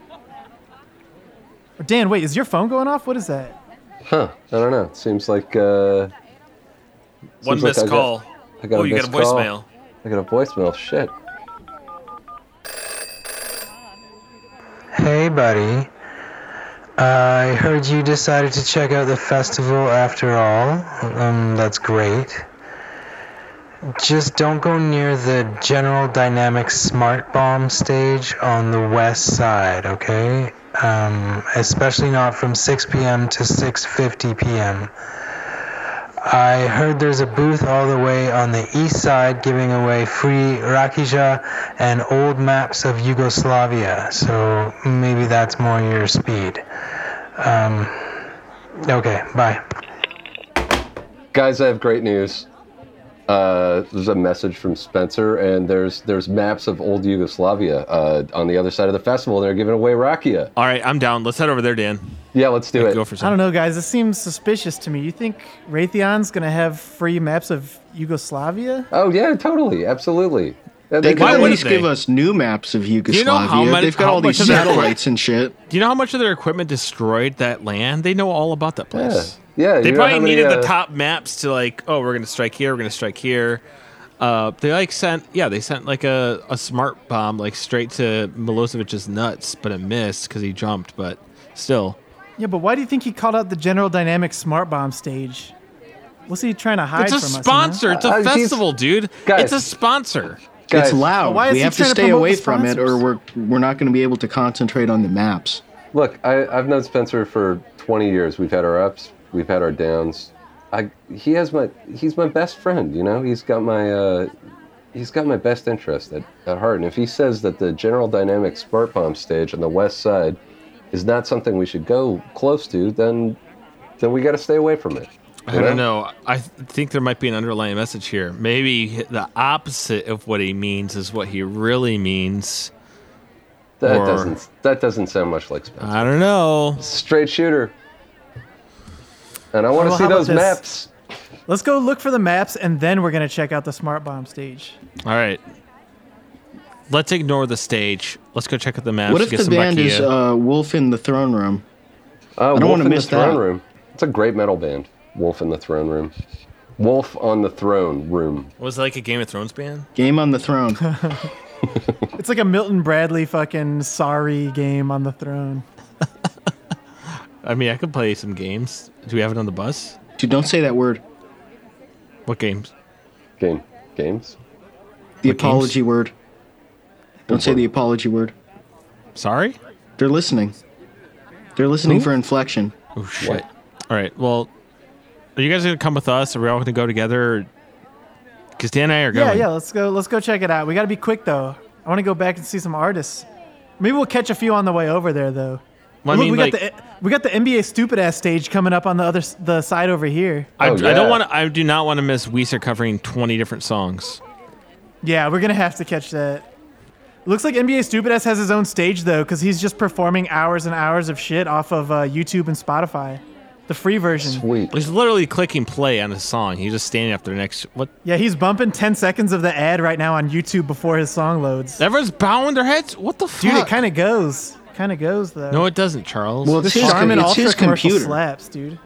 Speaker 2: Or Dan, wait, is your phone going off? What is that?
Speaker 5: Huh? I don't know. It seems like uh,
Speaker 3: One
Speaker 5: Seems like
Speaker 3: missed
Speaker 5: I got-
Speaker 3: call.
Speaker 5: I got
Speaker 3: oh,
Speaker 5: a
Speaker 3: you got a
Speaker 5: missed call.
Speaker 3: voicemail.
Speaker 5: I got a voicemail. Shit.
Speaker 1: Hey, buddy. I heard you decided to check out the festival after all. Um, that's great. Just don't go near the General Dynamics Smart Bomb stage on the west side, okay? Um, especially not from 6 p.m. to 6:50 p.m. I heard there's a booth all the way on the east side giving away free Rakija and old maps of Yugoslavia, so maybe that's more your speed. Um, okay, bye.
Speaker 5: Guys, I have great news. Uh, there's a message from Spencer, and there's there's maps of old Yugoslavia uh, on the other side of the festival. and They're giving away rakia.
Speaker 3: All right, I'm down. Let's head over there, Dan.
Speaker 5: Yeah, let's do it.
Speaker 3: Go for
Speaker 2: I don't
Speaker 3: some.
Speaker 2: know, guys. This seems suspicious to me. You think Raytheon's gonna have free maps of Yugoslavia?
Speaker 5: oh yeah, totally, absolutely.
Speaker 4: They
Speaker 5: Yeah, they
Speaker 4: could
Speaker 5: got
Speaker 4: at
Speaker 3: wouldn't
Speaker 4: least
Speaker 3: they?
Speaker 4: give us new maps of Yugoslavia.
Speaker 3: how many-
Speaker 4: They've got
Speaker 3: how
Speaker 4: all these
Speaker 3: much of that-
Speaker 4: satellites and shit.
Speaker 3: Do you know how much of their equipment destroyed that land? They know all about that
Speaker 5: yeah,
Speaker 3: place.
Speaker 5: yeah.
Speaker 3: They
Speaker 5: you know how
Speaker 3: probably
Speaker 5: many,
Speaker 3: needed the
Speaker 5: uh,
Speaker 3: top maps to like, oh, we're gonna strike here, we're gonna strike here. Uh, they like sent, yeah, they sent like a, a smart bomb like straight to Milosevic's nuts, but it missed because he jumped. But still,
Speaker 2: Yeah, but why do you think he called out the General Dynamics smart bomb stage? What's he trying to hide
Speaker 3: it's a
Speaker 2: from us?
Speaker 3: sponsor. It's a
Speaker 5: Uh, he's-
Speaker 3: festival, dude.
Speaker 5: Guys.
Speaker 3: it's a sponsor.
Speaker 5: Guys,
Speaker 4: It's loud.
Speaker 2: why is
Speaker 4: we
Speaker 2: he
Speaker 4: have to
Speaker 2: trying to
Speaker 4: stay
Speaker 2: promote
Speaker 4: away
Speaker 2: the
Speaker 4: from it, or
Speaker 2: sponsors?
Speaker 4: we're we're not going to be able to concentrate on the maps.
Speaker 5: Look, I, I've known Spencer for 20 years. We've had our ups, we've had our downs. I, he has my, he's my best friend. You know, he's got my, uh, he's got my best interest at, at heart. And if he says that the General Dynamics smart bomb stage on the west side is not something we should go close to, then, then we got to stay away from it.
Speaker 3: I don't know. I th- think there might be an underlying message here. Maybe the opposite of what he means is what he really means.
Speaker 5: That
Speaker 3: Or-
Speaker 5: doesn't, that doesn't sound much like Spencer.
Speaker 3: I don't know.
Speaker 5: Straight shooter. And I want to
Speaker 2: Well,
Speaker 5: see
Speaker 2: how about
Speaker 5: those
Speaker 2: this?
Speaker 5: maps.
Speaker 2: Let's go look for the maps and then we're gonna check out the smart bomb stage.
Speaker 3: All right. Let's ignore the stage. Let's go check out the maps.
Speaker 4: what if
Speaker 3: get
Speaker 4: the
Speaker 3: some
Speaker 4: band is
Speaker 3: rakia.
Speaker 4: uh, Wolf in the Throne Room?
Speaker 5: Uh,
Speaker 4: don't
Speaker 5: Wolf
Speaker 4: wanna
Speaker 5: in
Speaker 4: miss
Speaker 5: the Throne
Speaker 4: that.
Speaker 5: Room. It's a great metal band. Wolf in the Throne Room. Wolf on the Throne Room.
Speaker 3: was it like a Game of Thrones band?
Speaker 4: Game on the Throne.
Speaker 3: [laughs]
Speaker 2: It's like a Milton Bradley fucking sorry game on the throne.
Speaker 3: I mean, I could play some games. Do we have it on the bus?
Speaker 4: Dude, don't say that word.
Speaker 3: What games?
Speaker 5: Game. Games?
Speaker 4: The
Speaker 3: What games?
Speaker 4: apology word. Don't say the apology word.
Speaker 3: Sorry.
Speaker 4: They're listening. They're listening
Speaker 3: Who?
Speaker 4: for inflection.
Speaker 3: Oh shit. All right. Well, are you guys gonna come with us? Are we all gonna go together? Because Dan and I are
Speaker 2: Yeah,
Speaker 3: going.
Speaker 2: yeah, let's go let's go check it out. We gotta be quick though. I wanna go back and see some artists. Maybe we'll catch a few on the way over there though.
Speaker 3: Well,
Speaker 2: Look,
Speaker 3: I mean,
Speaker 2: we
Speaker 3: like,
Speaker 2: got the we got the NBA stupid ass stage coming up on the other s- the side over here.
Speaker 3: I,
Speaker 5: Oh,
Speaker 3: I don't
Speaker 5: yeah.
Speaker 3: want. to I do not want to miss Weezer covering twenty different songs.
Speaker 2: Yeah, we're gonna have to catch that. Looks like NBA Stupid Ass has his own stage though, because he's just performing hours and hours of shit off of uh, YouTube and Spotify, the free version.
Speaker 5: Sweet.
Speaker 3: He's literally clicking play on his song. He's just standing up there next. What?
Speaker 2: Yeah, he's bumping 10 seconds of the ad right now on YouTube before his song loads.
Speaker 3: Everyone's bowing their heads. What the fuck?
Speaker 2: Dude, it kind of goes, kind of goes though.
Speaker 3: No, it doesn't, Charles.
Speaker 4: Well, it's his, com-
Speaker 2: Charmin
Speaker 4: it's
Speaker 2: Ultra
Speaker 4: his
Speaker 2: commercial
Speaker 4: computer.
Speaker 2: slaps, dude.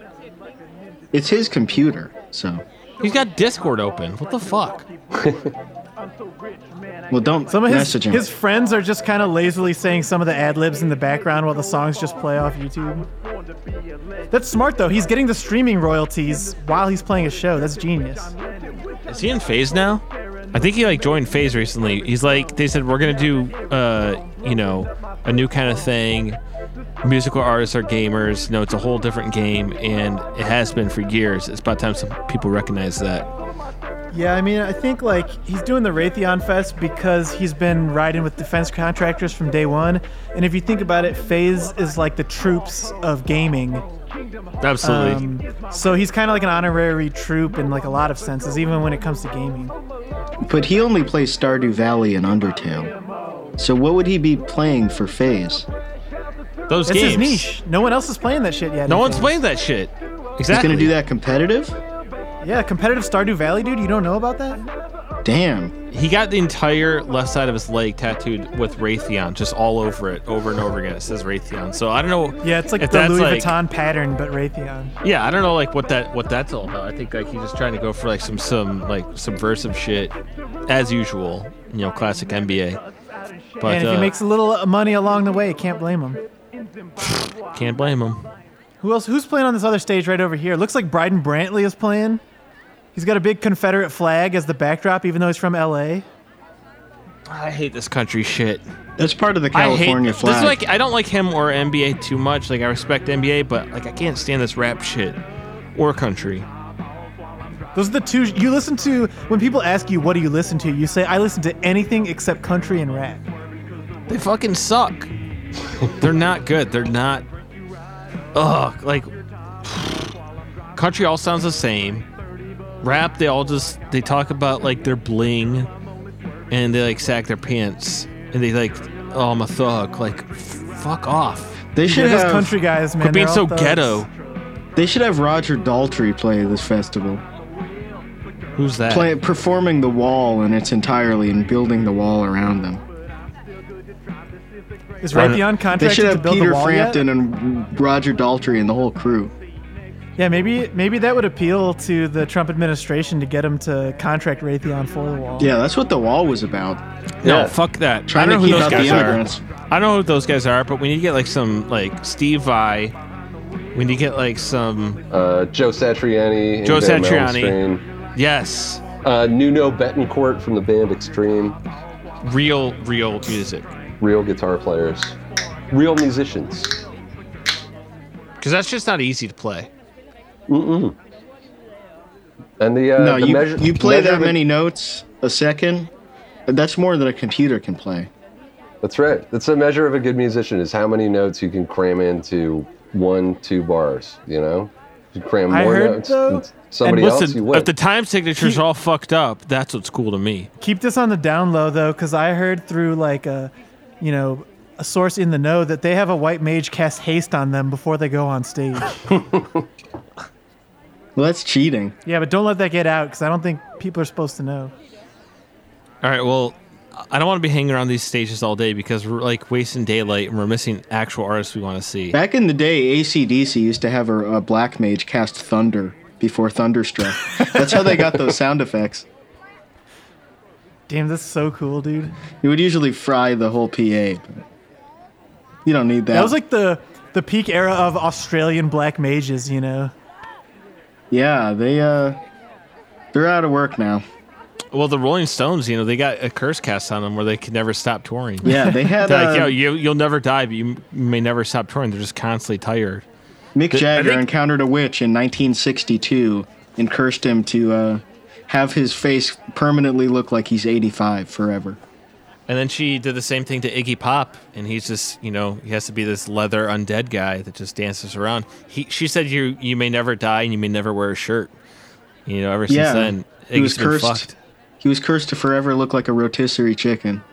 Speaker 4: It's his computer. So
Speaker 3: He's got Discord open. What the fuck?
Speaker 6: I'm so rich, man, I
Speaker 4: Well, don't
Speaker 2: Some of his,
Speaker 4: message him.
Speaker 2: his friends are just kind of lazily saying some of the ad libs in the background while the songs just play off YouTube. That's smart though. He's getting the streaming royalties while he's playing a show. That's genius.
Speaker 3: Is he in Phase now? I think he like joined Phase recently. He's like they said we're gonna do uh you know a new kind of thing. Musical artists are gamers. You know it's a whole different game, and it has been for years. It's about time some people recognize that.
Speaker 2: Yeah, I mean, I think like he's doing the Raytheon Fest because he's been riding with defense contractors from day one. And if you think about it, Phase is like the troops of gaming.
Speaker 3: Absolutely.
Speaker 2: Um, so he's kind of like an honorary troop in like a lot of senses, even when it comes to gaming.
Speaker 4: But he only plays Stardew Valley and Undertale. So what would he be playing for Phase?
Speaker 3: Those
Speaker 2: That's
Speaker 3: games.
Speaker 2: his niche. No one else is playing that shit yet.
Speaker 3: No
Speaker 2: I
Speaker 3: one's
Speaker 2: think.
Speaker 3: playing that shit. Exactly.
Speaker 4: He's gonna do that competitive?
Speaker 2: Yeah, competitive Stardew Valley, dude. You don't know about that?
Speaker 4: Damn.
Speaker 3: He got the entire left side of his leg tattooed with Raytheon, just all over it, over and over again. It says Raytheon. So I don't know.
Speaker 2: Yeah, it's like
Speaker 3: if
Speaker 2: the
Speaker 3: that's,
Speaker 2: Louis
Speaker 3: like-
Speaker 2: Vuitton pattern, but Raytheon.
Speaker 3: Yeah, I don't know like what that what that's all about. I think like he's just trying to go for like some some like subversive shit, as usual. You know, classic NBA. But
Speaker 2: and if
Speaker 3: uh,
Speaker 2: he makes a little money along the way, you can't blame him.
Speaker 3: can't blame him.
Speaker 2: Who else? Who's playing on this other stage right over here? Looks like Bryden Brantley is playing. He's got a big Confederate flag as the backdrop, even though he's from LA.
Speaker 3: I hate this country shit.
Speaker 4: That's part of the
Speaker 3: I hate,
Speaker 4: California
Speaker 3: this is
Speaker 4: flag.
Speaker 3: like I don't like him or NBA too much. Like I respect NBA, but like I can't stand this rap shit or country.
Speaker 2: Those are the two you listen to. When people ask you, what do you listen to? You say, I listen to anything except country and rap.
Speaker 3: They fucking suck. They're not good. They're not. Ugh. Like, country all sounds the same. Rap, they all just they talk about like their bling, and they like sack their pants, and they like, oh, I'm a thug. Like, f- fuck off.
Speaker 4: they
Speaker 2: They're
Speaker 4: should
Speaker 2: just
Speaker 4: have
Speaker 2: country guys, man.
Speaker 3: Quit being
Speaker 2: They're all
Speaker 3: so
Speaker 2: thugs.
Speaker 3: ghetto.
Speaker 4: They should have Roger Daltrey play this festival.
Speaker 3: Who's that?
Speaker 4: Play performing the wall in its entirely and building the wall around them.
Speaker 2: Is
Speaker 3: Why not?
Speaker 2: Raytheon
Speaker 4: They should
Speaker 2: contracted to
Speaker 4: have
Speaker 2: build
Speaker 4: Peter
Speaker 2: the wall yet?
Speaker 4: Frampton and Roger Daltrey and the whole crew.
Speaker 2: Yeah, maybe maybe that would appeal to the Trump administration to get him to contract Raytheon for the wall.
Speaker 4: Yeah, that's what the wall was about.
Speaker 3: No,
Speaker 5: Yeah.
Speaker 3: fuck that.
Speaker 4: Trying
Speaker 3: I
Speaker 4: to
Speaker 3: don't know
Speaker 4: keep
Speaker 3: who those
Speaker 4: out the
Speaker 3: guys
Speaker 4: immigrants.
Speaker 3: are. Uh, I don't know who those guys are, but we need to get like some like Steve Vai. We need to get like some
Speaker 5: Uh, Joe Satriani.
Speaker 3: Joe
Speaker 5: Van
Speaker 3: Satriani.
Speaker 5: Malmsteen.
Speaker 3: yes,
Speaker 5: Uh, Nuno Betancourt from the band Extreme.
Speaker 3: real real music.
Speaker 5: Real guitar players. Real musicians.
Speaker 3: Because that's just not easy to play.
Speaker 5: And the uh,
Speaker 4: no,
Speaker 5: the
Speaker 4: you,
Speaker 5: measure,
Speaker 4: you play that
Speaker 5: measurement-
Speaker 4: many notes a second. That's more than a computer can play.
Speaker 5: That's right. That's a measure of a good musician is how many notes you can cram into one, two bars. You know, you cram
Speaker 2: I
Speaker 5: more
Speaker 2: heard,
Speaker 5: notes
Speaker 2: though-
Speaker 5: than somebody else. You
Speaker 3: Listen,
Speaker 5: win.
Speaker 3: if the time signature's all fucked up, that's what's cool to me.
Speaker 2: Keep this on the down low though, because I heard through like a, you know, a source in the know that they have a white mage cast haste on them before they go on stage.
Speaker 4: Well, that's cheating.
Speaker 2: yeah, but don't let that get out because I don't think people are supposed to know.
Speaker 3: All right, well, I don't want to be hanging around these stages all day because we're like wasting daylight and we're missing actual artists we want to see.
Speaker 4: Back in the day, ACDC used to have a, a black mage cast thunder before Thunderstruck. That's how they
Speaker 3: [laughs]
Speaker 4: got those sound effects.
Speaker 2: Damn, that's so cool, dude.
Speaker 4: It would usually fry the whole PA. but You don't need that.
Speaker 2: That was like the the peak era of Australian black mages. You know,
Speaker 4: yeah, they uh, they're out of work now.
Speaker 3: Well, the Rolling Stones, you know, they got a curse cast on them where they could never stop touring.
Speaker 4: Yeah, they
Speaker 3: [laughs]
Speaker 4: had
Speaker 3: They're like,
Speaker 5: Um,
Speaker 4: uh,
Speaker 3: yo, you, you'll never die, but you m- may never stop touring. They're just constantly tired.
Speaker 4: Mick Jagger
Speaker 3: think-
Speaker 4: encountered a witch in 1962 and cursed him to uh, have his face permanently look like he's 85 forever.
Speaker 3: And then she did the same thing to Iggy Pop, and he's just, you know, he has to be this leather undead guy that just dances around. He, she said, "You, you may never die, and you may never wear a shirt." You know, ever since
Speaker 4: Yeah,
Speaker 3: then,
Speaker 4: he was
Speaker 3: Iggy's been
Speaker 4: cursed.
Speaker 3: fucked.
Speaker 4: He was cursed to forever look like a rotisserie chicken.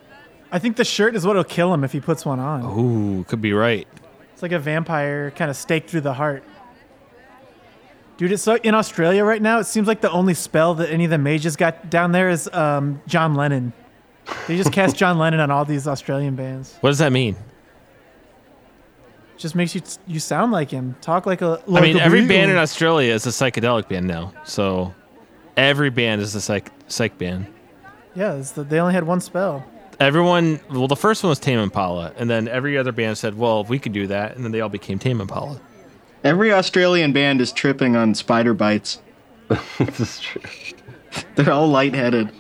Speaker 2: I think the shirt is what'll kill him if he puts one on.
Speaker 3: Ooh, could be right.
Speaker 2: It's like a vampire kind of staked through the heart. Dude, it's so in Australia right now. It seems like the only spell that any of the mages got down there is um, John Lennon. They just
Speaker 3: [laughs]
Speaker 2: cast John Lennon on all these Australian bands.
Speaker 3: What does that mean?
Speaker 2: Just makes you you sound like him, talk like a.
Speaker 3: I
Speaker 2: Like
Speaker 3: mean,
Speaker 2: a
Speaker 3: every
Speaker 2: beagle.
Speaker 3: band in Australia is a psychedelic band now, so every band is a psych psych band.
Speaker 2: Yeah, it's the, they only had one spell.
Speaker 3: Everyone, well, the first one was Tame Impala, and then every other band said, "Well, we could do that," and then they all became Tame Impala.
Speaker 4: Every Australian band is tripping on spider bites.
Speaker 5: [laughs] this is true.
Speaker 4: They're all lightheaded.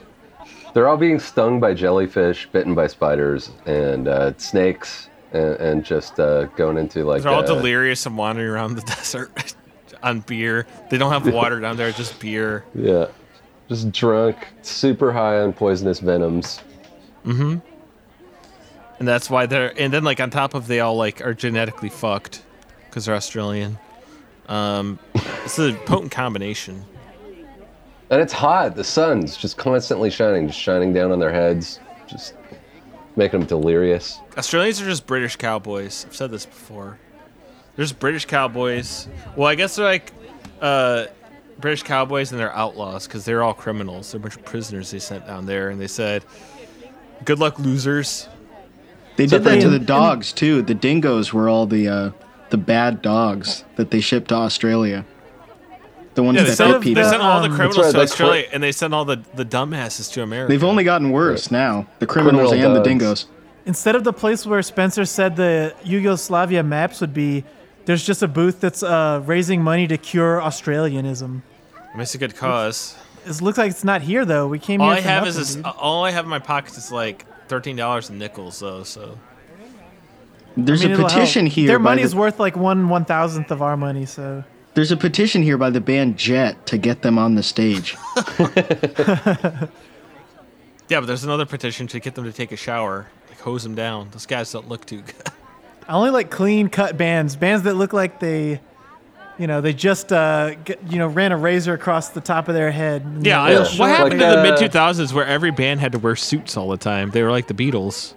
Speaker 5: They're all being stung by jellyfish, bitten by spiders, and uh, snakes, and, and just uh, going into like.
Speaker 3: They're all
Speaker 5: uh,
Speaker 3: delirious and wandering around the [laughs] desert on beer. They don't have water down there; just beer.
Speaker 5: Yeah. Just drunk, super high on poisonous venoms.
Speaker 3: and that's why they're and then like on top of they all like are genetically fucked because they're australian um it's a potent combination
Speaker 5: And it's hot. The sun's just constantly shining, just shining down on their heads, just making them delirious.
Speaker 3: australians are just british cowboys i've said this before there's british cowboys well i guess they're like uh british cowboys and they're outlaws because they're all criminals they're a bunch of prisoners they sent down there and they said good luck losers
Speaker 4: They
Speaker 5: So
Speaker 4: did that
Speaker 5: they-
Speaker 4: to the dogs too. The dingoes were all the uh, the bad dogs that they shipped to Australia. The ones
Speaker 3: yeah, they
Speaker 4: that
Speaker 3: sent,
Speaker 4: bit
Speaker 3: they
Speaker 4: people.
Speaker 3: sent all the
Speaker 2: um,
Speaker 3: criminals
Speaker 5: That's
Speaker 3: to
Speaker 5: right, they
Speaker 3: australia and they sent all the the dumbasses to america
Speaker 4: They've only gotten worse now. The criminals
Speaker 5: Criminal
Speaker 4: and the
Speaker 5: dogs.
Speaker 4: dingoes.
Speaker 2: Instead of the place where Spencer said the Yugoslavia maps would be, there's just a booth that's uh, raising money to cure Australianism.
Speaker 3: it's a good cause
Speaker 2: It looks like it's not here though. We came
Speaker 3: All
Speaker 2: here.
Speaker 3: I
Speaker 2: for
Speaker 3: have
Speaker 2: nothing,
Speaker 3: is this,
Speaker 2: dude.
Speaker 3: all I have in my pockets is like thirteen dollars in nickels though. So
Speaker 4: There's
Speaker 2: I mean,
Speaker 4: a
Speaker 2: it'll help.
Speaker 4: petition here.
Speaker 2: Their
Speaker 4: by
Speaker 2: money
Speaker 4: the-
Speaker 2: is worth like one one thousandth of our money. So
Speaker 4: There's a petition here by the band Jet to get them on the stage.
Speaker 3: yeah, but there's another petition to get them to take a shower, like hose them down. Those guys don't look too good.
Speaker 2: I only like clean cut bands, bands that look like they, you know, they just uh, get, you know ran a razor across the top of their head. and they're
Speaker 3: Yeah, I-
Speaker 2: real
Speaker 3: what
Speaker 2: short.
Speaker 3: happened
Speaker 5: Like,
Speaker 3: in the
Speaker 5: uh,
Speaker 3: mid two thousands where every band had to wear suits all the time? They were like the Beatles.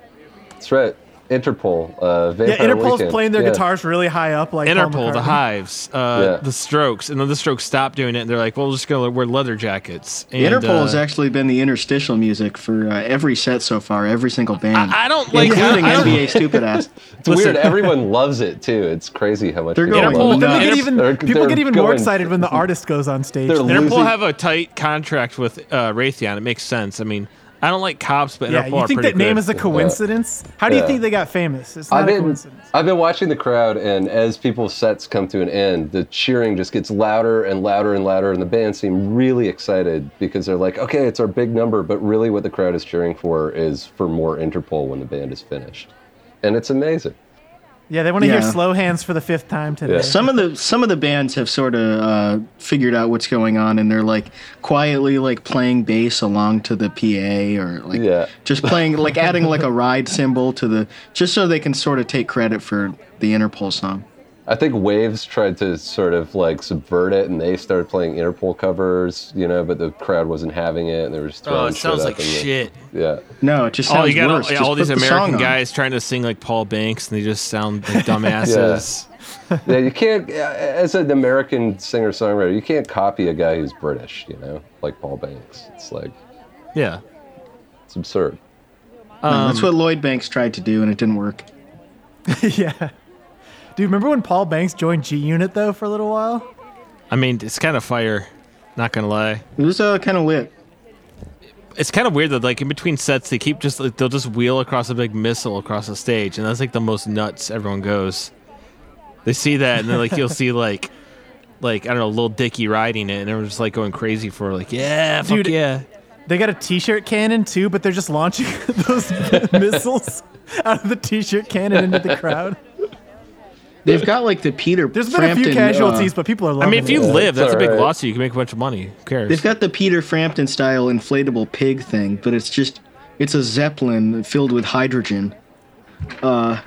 Speaker 5: That's right. Interpol. Uh,
Speaker 2: Yeah,
Speaker 5: Vampire
Speaker 2: Interpol's
Speaker 5: Weekend.
Speaker 2: playing their
Speaker 5: Yeah.
Speaker 2: guitars really high up, like Paul
Speaker 3: Interpol, the
Speaker 2: McCartney.
Speaker 3: Hives, uh,
Speaker 5: Yeah.
Speaker 3: the Strokes, and then the Strokes stopped doing it. and They're like, well, we're just gonna wear leather jackets. And,
Speaker 4: Interpol has
Speaker 3: uh,
Speaker 4: actually been the interstitial music for uh, every set so far, every single band,
Speaker 3: I, I don't like.
Speaker 4: including
Speaker 3: I don't-
Speaker 4: NBA
Speaker 3: [laughs]
Speaker 4: Stupid Ass.
Speaker 5: It's weird. Everyone loves it too. It's crazy how much
Speaker 4: They're
Speaker 5: people
Speaker 4: going
Speaker 5: love
Speaker 3: Interpol-
Speaker 5: it.
Speaker 2: But then they
Speaker 3: No.
Speaker 2: get even
Speaker 5: They're-
Speaker 2: people
Speaker 5: they're
Speaker 2: get even more
Speaker 5: going-
Speaker 2: excited
Speaker 5: [laughs]
Speaker 2: when the artist goes on stage.
Speaker 5: They're
Speaker 2: though.
Speaker 5: losing-
Speaker 3: Interpol have a tight contract with uh, Raytheon. It makes sense. I mean, I don't like cops, but
Speaker 2: yeah,
Speaker 3: Interpol
Speaker 2: you
Speaker 3: are
Speaker 2: think
Speaker 3: pretty
Speaker 2: that name
Speaker 3: good.
Speaker 2: is a coincidence? How do you
Speaker 5: Yeah.
Speaker 2: think they got famous? It's
Speaker 5: I've
Speaker 2: not a
Speaker 5: been,
Speaker 2: coincidence.
Speaker 5: I've been watching the crowd, and as people's sets come to an end, the cheering just gets louder and louder and louder, and the band seem really excited because they're like, okay, it's our big number, but really what the crowd is cheering for is for more Interpol when the band is finished. And it's amazing.
Speaker 2: Yeah, they want to hear
Speaker 4: Yeah.
Speaker 2: slow hands for the fifth time today.
Speaker 5: Yeah.
Speaker 4: Some of the some of the bands have sort of uh, figured out what's going on, and they're like quietly like playing bass along to the PA, or like
Speaker 5: Yeah.
Speaker 4: just playing like adding like a ride cymbal to the just so they can sort of take credit for the Interpol song.
Speaker 5: I think Waves tried to sort of like subvert it, and they started playing Interpol covers, you know, but the crowd wasn't having it, and they were just throwing
Speaker 3: Oh, it sounds
Speaker 5: shit
Speaker 3: like
Speaker 5: up in the-
Speaker 3: shit.
Speaker 5: yeah.
Speaker 4: No, it just sounds
Speaker 3: Oh, you got all-
Speaker 4: worse.
Speaker 3: yeah,
Speaker 4: Just
Speaker 3: all,
Speaker 4: put
Speaker 3: these
Speaker 4: the song
Speaker 3: American
Speaker 4: on.
Speaker 3: guys trying to sing like Paul Banks, and they just sound
Speaker 5: [laughs]
Speaker 3: like dumbasses.
Speaker 5: yeah, you can't. uh, As an American singer-songwriter, you can't copy a guy who's British. You know, like Paul Banks. It's like
Speaker 3: yeah.
Speaker 5: it's absurd.
Speaker 4: No,
Speaker 2: Um,
Speaker 4: that's what Lloyd Banks tried to do, and it didn't work.
Speaker 2: [laughs] yeah. Dude, remember when Paul Banks joined G Unit though for a little while?
Speaker 3: I mean, it's kind of fire. Not gonna lie,
Speaker 4: It was uh, kind of lit.
Speaker 3: it's kind of weird that like in between sets they keep just like, they'll just wheel across a big missile across the stage, and that's like the most nuts everyone goes. They see that, and then like you'll see like [laughs] like I don't know, little Dicky riding it, and everyone's just like going crazy for it, like yeah, fuck
Speaker 2: Dude,
Speaker 3: yeah.
Speaker 2: They got a T-shirt cannon too, but they're just launching [laughs] those missiles out of the T-shirt cannon into the crowd.
Speaker 4: They've got like the Peter.
Speaker 2: There's been
Speaker 4: Frampton,
Speaker 2: a few casualties,
Speaker 4: uh,
Speaker 2: but people are.
Speaker 3: I
Speaker 2: Loving
Speaker 3: mean, if you
Speaker 2: it.
Speaker 3: live,
Speaker 5: it's
Speaker 3: that's a big
Speaker 5: alright.
Speaker 3: loss. so You can make a bunch of money. Who
Speaker 4: they've
Speaker 3: cares?
Speaker 4: got the Peter Frampton style inflatable pig thing, but it's just it's a zeppelin filled with hydrogen, uh,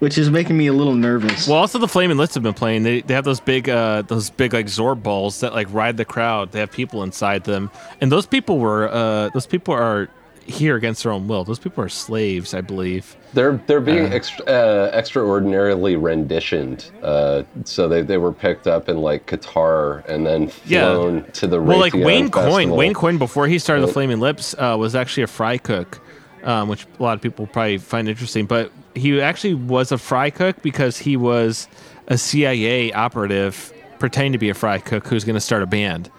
Speaker 4: which is making me a little nervous.
Speaker 3: Well, also the Flaming Lips have been playing. They, they have those big uh, those big like Zorb balls that like ride the crowd. They have people inside them, and those people were uh, those people are here against their own will. Those people are slaves, I believe.
Speaker 5: They're they're being ext- uh, extraordinarily renditioned. Uh, so they, they were picked up in like Qatar and then
Speaker 3: Yeah.
Speaker 5: flown to the
Speaker 3: Well, like
Speaker 5: Raytheon
Speaker 3: Wayne Coyne,
Speaker 5: Festival.
Speaker 3: Wayne Coyne before he started the
Speaker 5: Right.
Speaker 3: Flaming Lips uh, was actually a fry cook, um, which a lot of people probably find interesting. But he actually was a fry cook because he was a CIA operative pretending to be a fry cook who's going to start a band,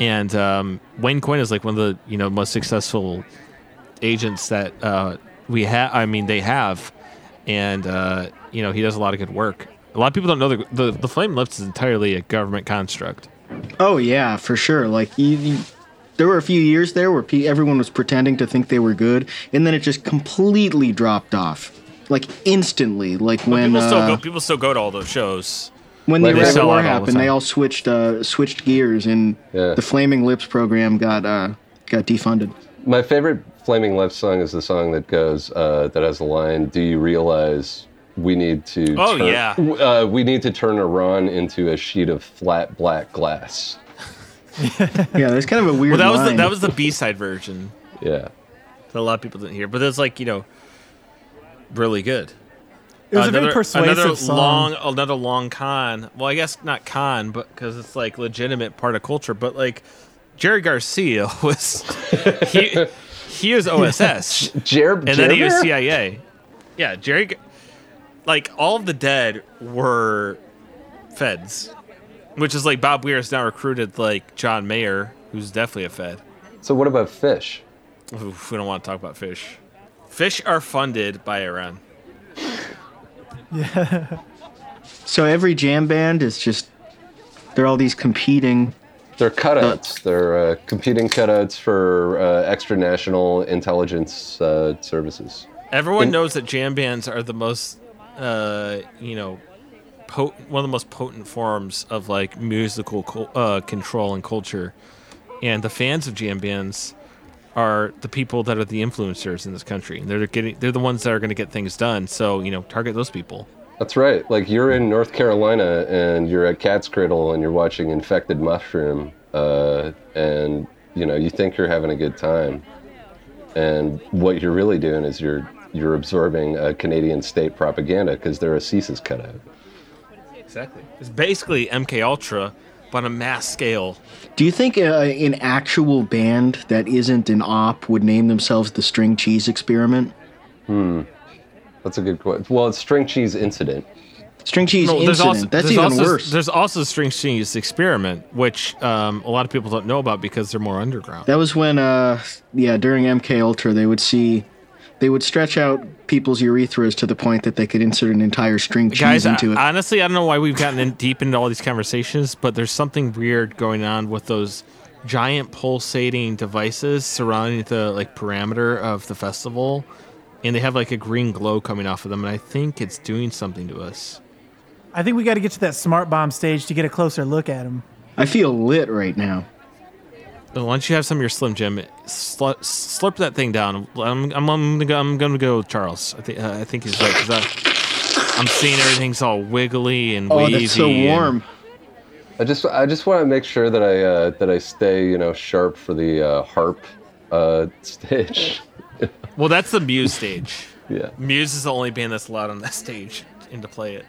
Speaker 3: And um, Wayne Coyne is like one of the you know most successful agents that uh, we have. I mean, they have, and uh, you know he does a lot of good work. A lot of people don't know the the, the Flame Lips is entirely a government construct.
Speaker 4: Oh yeah, for sure. Like you, you, there were a few years there where pe- everyone was pretending to think they were good, and then it just completely dropped off, like instantly. Like when
Speaker 3: people still
Speaker 4: uh,
Speaker 3: go. People still go to all those shows.
Speaker 4: when the
Speaker 5: Like, they
Speaker 4: Iraq
Speaker 3: sell
Speaker 4: War
Speaker 3: out all the
Speaker 4: happened, they
Speaker 3: time.
Speaker 4: all switched uh, switched gears, and
Speaker 5: Yeah.
Speaker 4: the Flaming Lips program got uh, got defunded.
Speaker 5: My favorite Flaming Lips song is the song that goes uh, that has the line, "Do you realize we need to?
Speaker 3: Oh,
Speaker 5: turn,
Speaker 3: yeah.
Speaker 5: w- uh, we need to turn Iran into a sheet of flat black glass."
Speaker 4: Yeah, that's kind of a weird.
Speaker 3: Well, that was the,
Speaker 4: line.
Speaker 3: that was the B side version
Speaker 5: Yeah,
Speaker 3: that a lot of people didn't hear, but it's like you know, really good.
Speaker 2: It was a
Speaker 3: another,
Speaker 2: very persuasive
Speaker 3: another
Speaker 2: song.
Speaker 3: long another long con. Well, I guess not con, but because it's like legitimate part of culture. But like Jerry Garcia [laughs] was he he
Speaker 2: [laughs]
Speaker 3: was OSS
Speaker 5: Jer-
Speaker 3: and then he was
Speaker 5: Jerber?
Speaker 3: CIA. Yeah, Jerry. G- Like all of the dead were feds, which is like Bob Weir has now recruited like John Mayer, who's definitely a fed.
Speaker 5: So what about Fish?
Speaker 3: Oof, we don't want to talk about fish. Fish are funded by Iran.
Speaker 4: so every jam band is just they're all these competing.
Speaker 5: They're cutouts. They're uh, competing cutouts for uh, extra national intelligence uh, services.
Speaker 3: Everyone
Speaker 5: In-
Speaker 3: knows that jam bands are the most, uh, you know, potent, one of the most potent forms of like musical co- uh, control and culture. And the fans of jam bands are the people that are the influencers in this country. And they're getting, they're the ones that are going to get things done. So you know, target those people.
Speaker 5: That's right. Like you're in North Carolina and you're at Cat's Cradle and you're watching Infected Mushroom, uh, and you know you think you're having a good time, and what you're really doing is you're you're absorbing uh, Canadian state propaganda because they're a CSIS cutout.
Speaker 3: Exactly. It's basically MK Ultra, but on a mass scale.
Speaker 4: Do you think uh, an actual band that isn't an op would name themselves the String Cheese Experiment?
Speaker 5: That's a good question. Well, it's string cheese incident.
Speaker 4: String Cheese
Speaker 3: No,
Speaker 4: Incident. That's even
Speaker 3: also,
Speaker 4: worse.
Speaker 3: There's also String Cheese Experiment, which um, a lot of people don't know about because they're more underground.
Speaker 4: That was when, uh, yeah, during MK Ultra, they would see, they would stretch out people's urethras to the point that they could insert an entire string cheese
Speaker 3: Guys,
Speaker 4: into
Speaker 3: I-
Speaker 4: it.
Speaker 3: honestly, I don't know why we've gotten in deep into all these conversations, but there's something weird going on with those giant pulsating devices surrounding the like parameter of the festival, and they have like a green glow coming off of them, and I think it's doing something to us.
Speaker 2: I think we got to get to that smart bomb stage to get a closer look at him.
Speaker 4: I feel lit right now.
Speaker 3: But once you have some of your Slim Jim, sl- slurp that thing down. I'm, I'm, I'm, gonna, go, I'm gonna go with Charles. I think uh, I think he's right because I. I'm seeing everything's all wiggly and
Speaker 4: Oh,
Speaker 3: wavy.
Speaker 4: that's so
Speaker 3: and-
Speaker 4: warm.
Speaker 5: I just I just want to make sure that I uh, that I stay you know sharp for the uh, harp uh, stage.
Speaker 3: well, that's the Muse
Speaker 4: [laughs]
Speaker 3: stage.
Speaker 5: yeah.
Speaker 3: Muse is the only band that's allowed on that stage and to play it.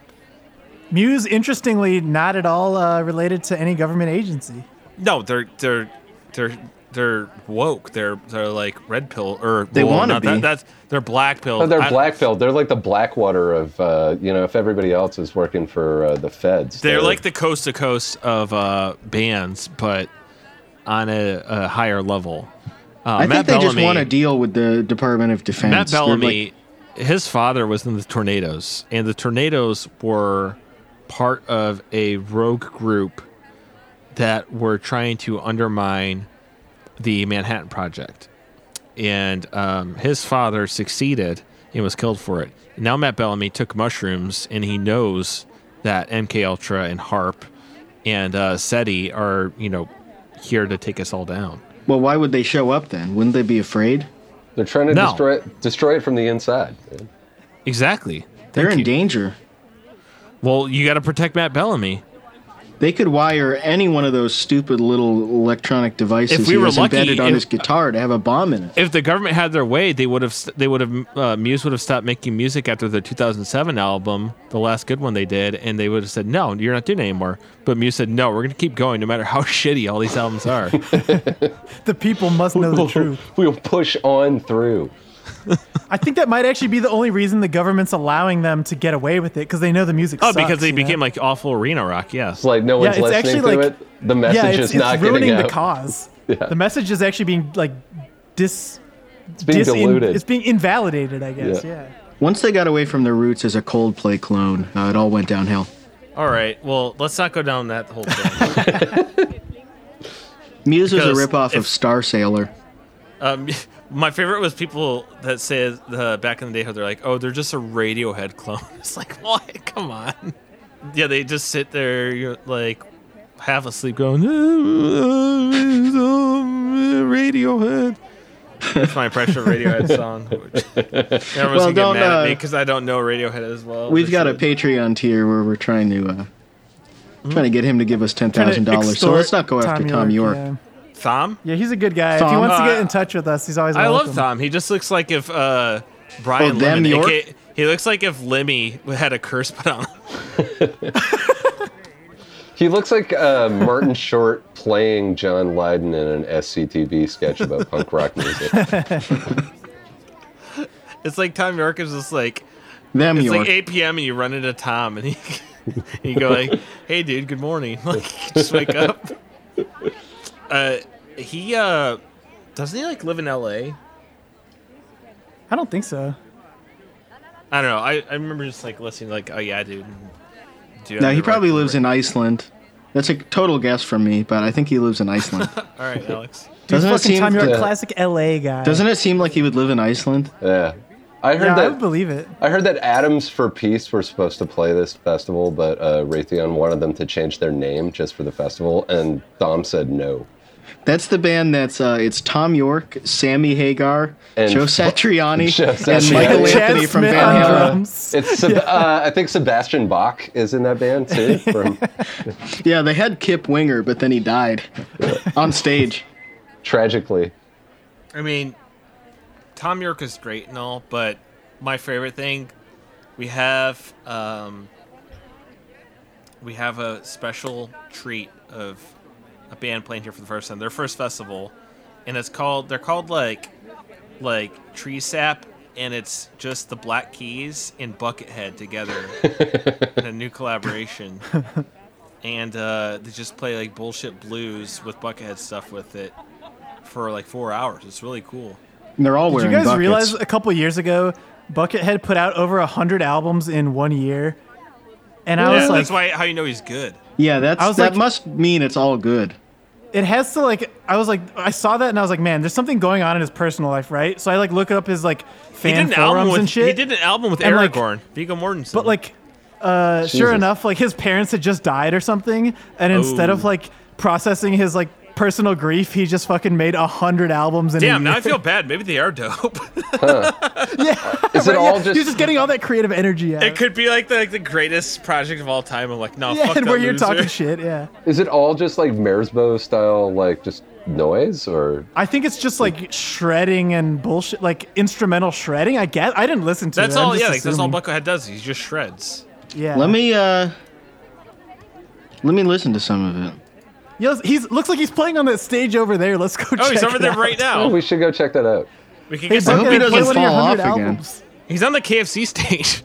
Speaker 2: Muse, interestingly, not at all uh, related to any government agency.
Speaker 3: No, they're they're they're they're woke. They're they're like red pill or
Speaker 4: They
Speaker 3: well,
Speaker 4: wanna
Speaker 3: not that-
Speaker 4: be.
Speaker 3: that's they're black pill.
Speaker 5: Oh, they're blackbelt. They're like the Blackwater of uh, you know. If everybody else is working for uh, the feds,
Speaker 3: They're like the coast to coast of uh, bands, but on a, a higher level. Uh,
Speaker 4: I
Speaker 3: Matt
Speaker 4: think they
Speaker 3: Bellamy,
Speaker 4: just want to deal with the Department of Defense.
Speaker 3: Matt
Speaker 4: They're
Speaker 3: Bellamy,
Speaker 4: like-
Speaker 3: his father was in the Tornadoes, and the Tornadoes were part of a rogue group that were trying to undermine the Manhattan Project. And um, his father succeeded and was killed for it. Now Matt Bellamy took mushrooms, and he knows that MK Ultra and Harp and uh, SETI are, you know, here to take us all down.
Speaker 4: well, why would they show up then? Wouldn't they be afraid?
Speaker 5: they're trying to
Speaker 3: No.
Speaker 5: destroy it, destroy it from the inside. man.
Speaker 3: Exactly.
Speaker 4: They're in
Speaker 3: Thank you.
Speaker 4: danger.
Speaker 3: Well, you got to protect Matt Bellamy.
Speaker 4: They could wire any one of those stupid little electronic devices
Speaker 3: If we
Speaker 4: he
Speaker 3: were
Speaker 4: has
Speaker 3: lucky,
Speaker 4: embedded on
Speaker 3: if-
Speaker 4: his guitar to have a bomb in it.
Speaker 3: if the government had their way, they would have they would have uh, Muse would have stopped making music after their 2007 album, the last good one they did, and they would have said, "No, you're not doing it anymore." But Muse said, "No, we're going to keep going, no matter how [laughs] shitty all these albums are." [laughs]
Speaker 2: The people must know the truth.
Speaker 5: We'll push on through.
Speaker 2: I think that might actually be the only reason the government's allowing them to get away with it because they know the music.
Speaker 3: Oh,
Speaker 2: sucks,
Speaker 3: because they
Speaker 2: you know?
Speaker 3: became like awful arena rock. Yes.
Speaker 5: It's like no one's
Speaker 2: Yeah, it's
Speaker 5: listening
Speaker 2: actually
Speaker 5: to
Speaker 2: like-
Speaker 5: it. The message
Speaker 2: yeah, it's,
Speaker 5: is not
Speaker 2: it's ruining
Speaker 5: getting
Speaker 2: the
Speaker 5: out.
Speaker 2: cause.
Speaker 5: [laughs] Yeah.
Speaker 2: The message is actually being like dis. It's
Speaker 5: being diluted.
Speaker 2: it's being invalidated, I guess.
Speaker 5: Yeah.
Speaker 2: Yeah.
Speaker 4: Once they got away from their roots as a Coldplay clone, uh, it all went downhill.
Speaker 3: All right. Well, let's not go down that whole thing.
Speaker 4: Muse was a
Speaker 3: Because
Speaker 4: ripoff
Speaker 3: if-
Speaker 4: of Star Sailor.
Speaker 3: um, [laughs] my favorite was people that say uh, back in the day how they're like, oh, they're just a Radiohead clone. [laughs] It's like, what? Come on. Yeah, they just sit there, you're like half asleep, going, [laughs] Radiohead. That's my impression of
Speaker 4: [laughs]
Speaker 3: Radiohead song. Which everyone's gonna get
Speaker 4: don't,
Speaker 3: mad at me
Speaker 4: uh,
Speaker 3: because I don't know Radiohead as well.
Speaker 4: We've
Speaker 3: They
Speaker 4: got a
Speaker 3: should.
Speaker 4: Patreon tier where we're trying to uh,
Speaker 3: Hmm?
Speaker 4: trying to get him to give us ten thousand dollars. So
Speaker 2: Extort
Speaker 4: let's not go after Tom York.
Speaker 2: Yeah.
Speaker 3: Thom.
Speaker 2: Yeah, he's a good guy. if he
Speaker 4: Thom.
Speaker 2: wants to get
Speaker 3: Uh,
Speaker 2: in touch with us, he's always.
Speaker 3: I love
Speaker 2: welcome.
Speaker 3: Thom. He just looks like if uh, Brian
Speaker 4: Oh, them
Speaker 3: Lemon.
Speaker 4: York?
Speaker 3: aka he looks like if Lemmy had a curse put on. him. [laughs]
Speaker 5: He looks like uh, Martin Short playing John Lydon in an SCTV sketch about punk
Speaker 2: [laughs]
Speaker 5: rock music.
Speaker 3: It's like Tom York is just like
Speaker 4: Them
Speaker 3: it's
Speaker 4: York.
Speaker 3: like 8 p.m. and you run into Tom and he [laughs] you go like, "Hey, dude, good morning." [laughs] Like, just wake up. Uh, he uh, doesn't he like live in L.A.
Speaker 2: I don't think so.
Speaker 3: I don't know. I, I remember just like listening like, "Oh yeah, dude." dude
Speaker 4: no, he probably lives in Iceland. That's a total guess from me, but I think he lives in
Speaker 5: [laughs]
Speaker 4: Iceland.
Speaker 3: All right, Alex.
Speaker 2: Dude,
Speaker 4: Doesn't it
Speaker 2: fucking
Speaker 4: seem-
Speaker 2: Tom York,
Speaker 5: Yeah.
Speaker 2: classic LA guy.
Speaker 4: Doesn't it seem like he would live in Iceland?
Speaker 5: Yeah. I heard
Speaker 2: Yeah, I would
Speaker 5: that
Speaker 2: believe it.
Speaker 5: I heard that Adams for Peace were supposed to play this festival, but uh, Raytheon wanted them to change their name just for the festival, and Dom said no.
Speaker 4: That's the band that's uh, it's Tom York, Sammy Hagar,
Speaker 5: And-
Speaker 4: Joe Satriani,
Speaker 5: Joe
Speaker 4: and
Speaker 5: Satriani. Uh-huh.
Speaker 4: Michael
Speaker 2: Chad
Speaker 4: Anthony from
Speaker 2: Smith
Speaker 4: Van
Speaker 2: on
Speaker 4: Halen.
Speaker 2: drums.
Speaker 5: It's Seb- uh, I think Sebastian Bach is in that
Speaker 2: [laughs]
Speaker 5: band too. From
Speaker 4: Yeah, they had Kip Winger, but then he
Speaker 5: [laughs]
Speaker 4: died on stage.
Speaker 5: tragically,
Speaker 3: I mean, Tom York is great and all, but my favorite thing we have um, we have a special treat of a band playing here for the first time, their first festival, and it's called they're called like like Tree Sap, and it's just the Black Keys and Buckethead together in a new collaboration. And uh, they just play like bullshit blues with Buckethead stuff with it for like four hours. It's really cool.
Speaker 4: And they're all
Speaker 2: Did you
Speaker 4: wearing
Speaker 2: guys
Speaker 4: buckets.
Speaker 2: realize a couple years ago, Buckethead put out over hundred albums in one year, and I
Speaker 3: Yeah,
Speaker 2: was like,
Speaker 3: that's why how you know he's good.
Speaker 4: yeah, that's
Speaker 2: I was
Speaker 4: that
Speaker 2: like-
Speaker 4: must mean it's all good.
Speaker 2: it has to like. I was like, I saw that and I was like, man, there's something going on in his personal life, right? So I like look up his like
Speaker 3: He
Speaker 2: fan
Speaker 3: did an album
Speaker 2: forums
Speaker 3: with
Speaker 2: and shit.
Speaker 3: he did an album with
Speaker 2: And, like-
Speaker 3: Aragorn, Viggo Mortensen.
Speaker 2: But like, uh, sure
Speaker 5: Jesus.
Speaker 2: enough, like his parents had just died or something, and instead of
Speaker 3: Oh.
Speaker 2: like processing his like personal grief, he just fucking made a hundred albums. In a
Speaker 3: damn, now I
Speaker 2: year. [laughs]
Speaker 3: feel [laughs] bad. Maybe they are dope.
Speaker 5: is it
Speaker 2: Right,
Speaker 5: all
Speaker 2: yeah,
Speaker 5: just?
Speaker 2: He's just getting all that creative energy out.
Speaker 3: [laughs] it could be like the, like the greatest project of all time. I'm like, no,
Speaker 2: yeah,
Speaker 3: [laughs]
Speaker 2: [laughs]
Speaker 3: fuck
Speaker 2: and
Speaker 3: that
Speaker 2: where you're
Speaker 3: loser.
Speaker 2: talking shit. Yeah,
Speaker 5: Is it all just like Merzbow style, like just noise, or
Speaker 2: I think it's just like shredding and bullshit, like instrumental shredding. I guess I didn't listen to.
Speaker 3: That's
Speaker 2: it. I'm
Speaker 3: all.
Speaker 2: just
Speaker 3: Yeah, like, that's all
Speaker 2: assuming.
Speaker 3: Buckethead does. He just shreds.
Speaker 2: yeah.
Speaker 4: Let me uh let me listen to some of it.
Speaker 2: Yes, he's looks like he's playing on that stage over there. Let's go.
Speaker 3: Oh, he's
Speaker 2: check
Speaker 3: over
Speaker 2: it
Speaker 3: there
Speaker 2: out.
Speaker 3: right now.
Speaker 5: Oh, we should go check that out?
Speaker 3: We can
Speaker 2: Hey,
Speaker 3: get some,
Speaker 4: hope he
Speaker 2: Buckethead, play one
Speaker 4: doesn't
Speaker 2: of your
Speaker 4: fall off
Speaker 2: hundred
Speaker 4: again.
Speaker 2: albums.
Speaker 3: he's on the KFC stage.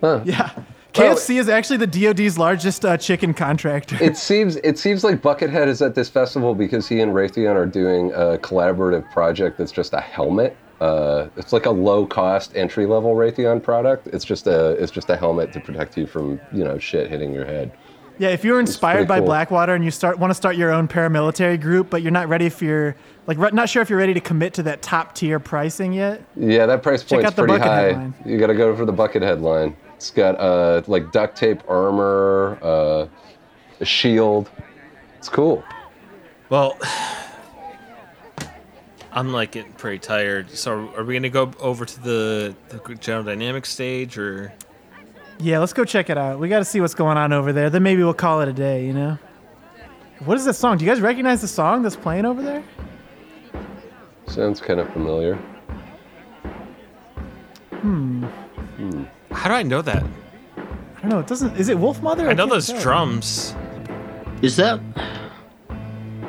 Speaker 5: Huh.
Speaker 2: Yeah. KFC is actually the DoD's largest uh, chicken contractor.
Speaker 5: It seems it seems like Buckethead is at this festival because he and Raytheon are doing a collaborative project that's just a helmet. Uh, it's like a low cost entry level Raytheon product. It's just a it's just a helmet to protect you from you know shit hitting your head.
Speaker 2: yeah, if you're inspired
Speaker 5: pretty
Speaker 2: by
Speaker 5: cool.
Speaker 2: Blackwater and you start want to start your own paramilitary group, but you're not ready if you're like re- not sure if you're ready to commit to that top tier pricing yet.
Speaker 5: Yeah, that price point's
Speaker 2: out the
Speaker 5: pretty
Speaker 2: Buckethead
Speaker 5: high.
Speaker 2: line.
Speaker 5: You got to go for the Buckethead line. It's got uh, like duct tape armor, uh, a shield. It's cool.
Speaker 3: [laughs] Well, [sighs] I'm like getting pretty tired. So are we gonna go over to the, the General Dynamics stage or?
Speaker 2: Yeah, let's go check it out. We got to see what's going on over there. Then maybe we'll call it a day. You know. What is that song? Do you guys recognize the song that's playing over there?
Speaker 5: Sounds kind of familiar.
Speaker 3: How do I know that?
Speaker 2: I don't know. It doesn't. Is it Wolf Mother?
Speaker 3: I know
Speaker 2: can't
Speaker 3: those
Speaker 2: tell.
Speaker 3: drums.
Speaker 4: Is that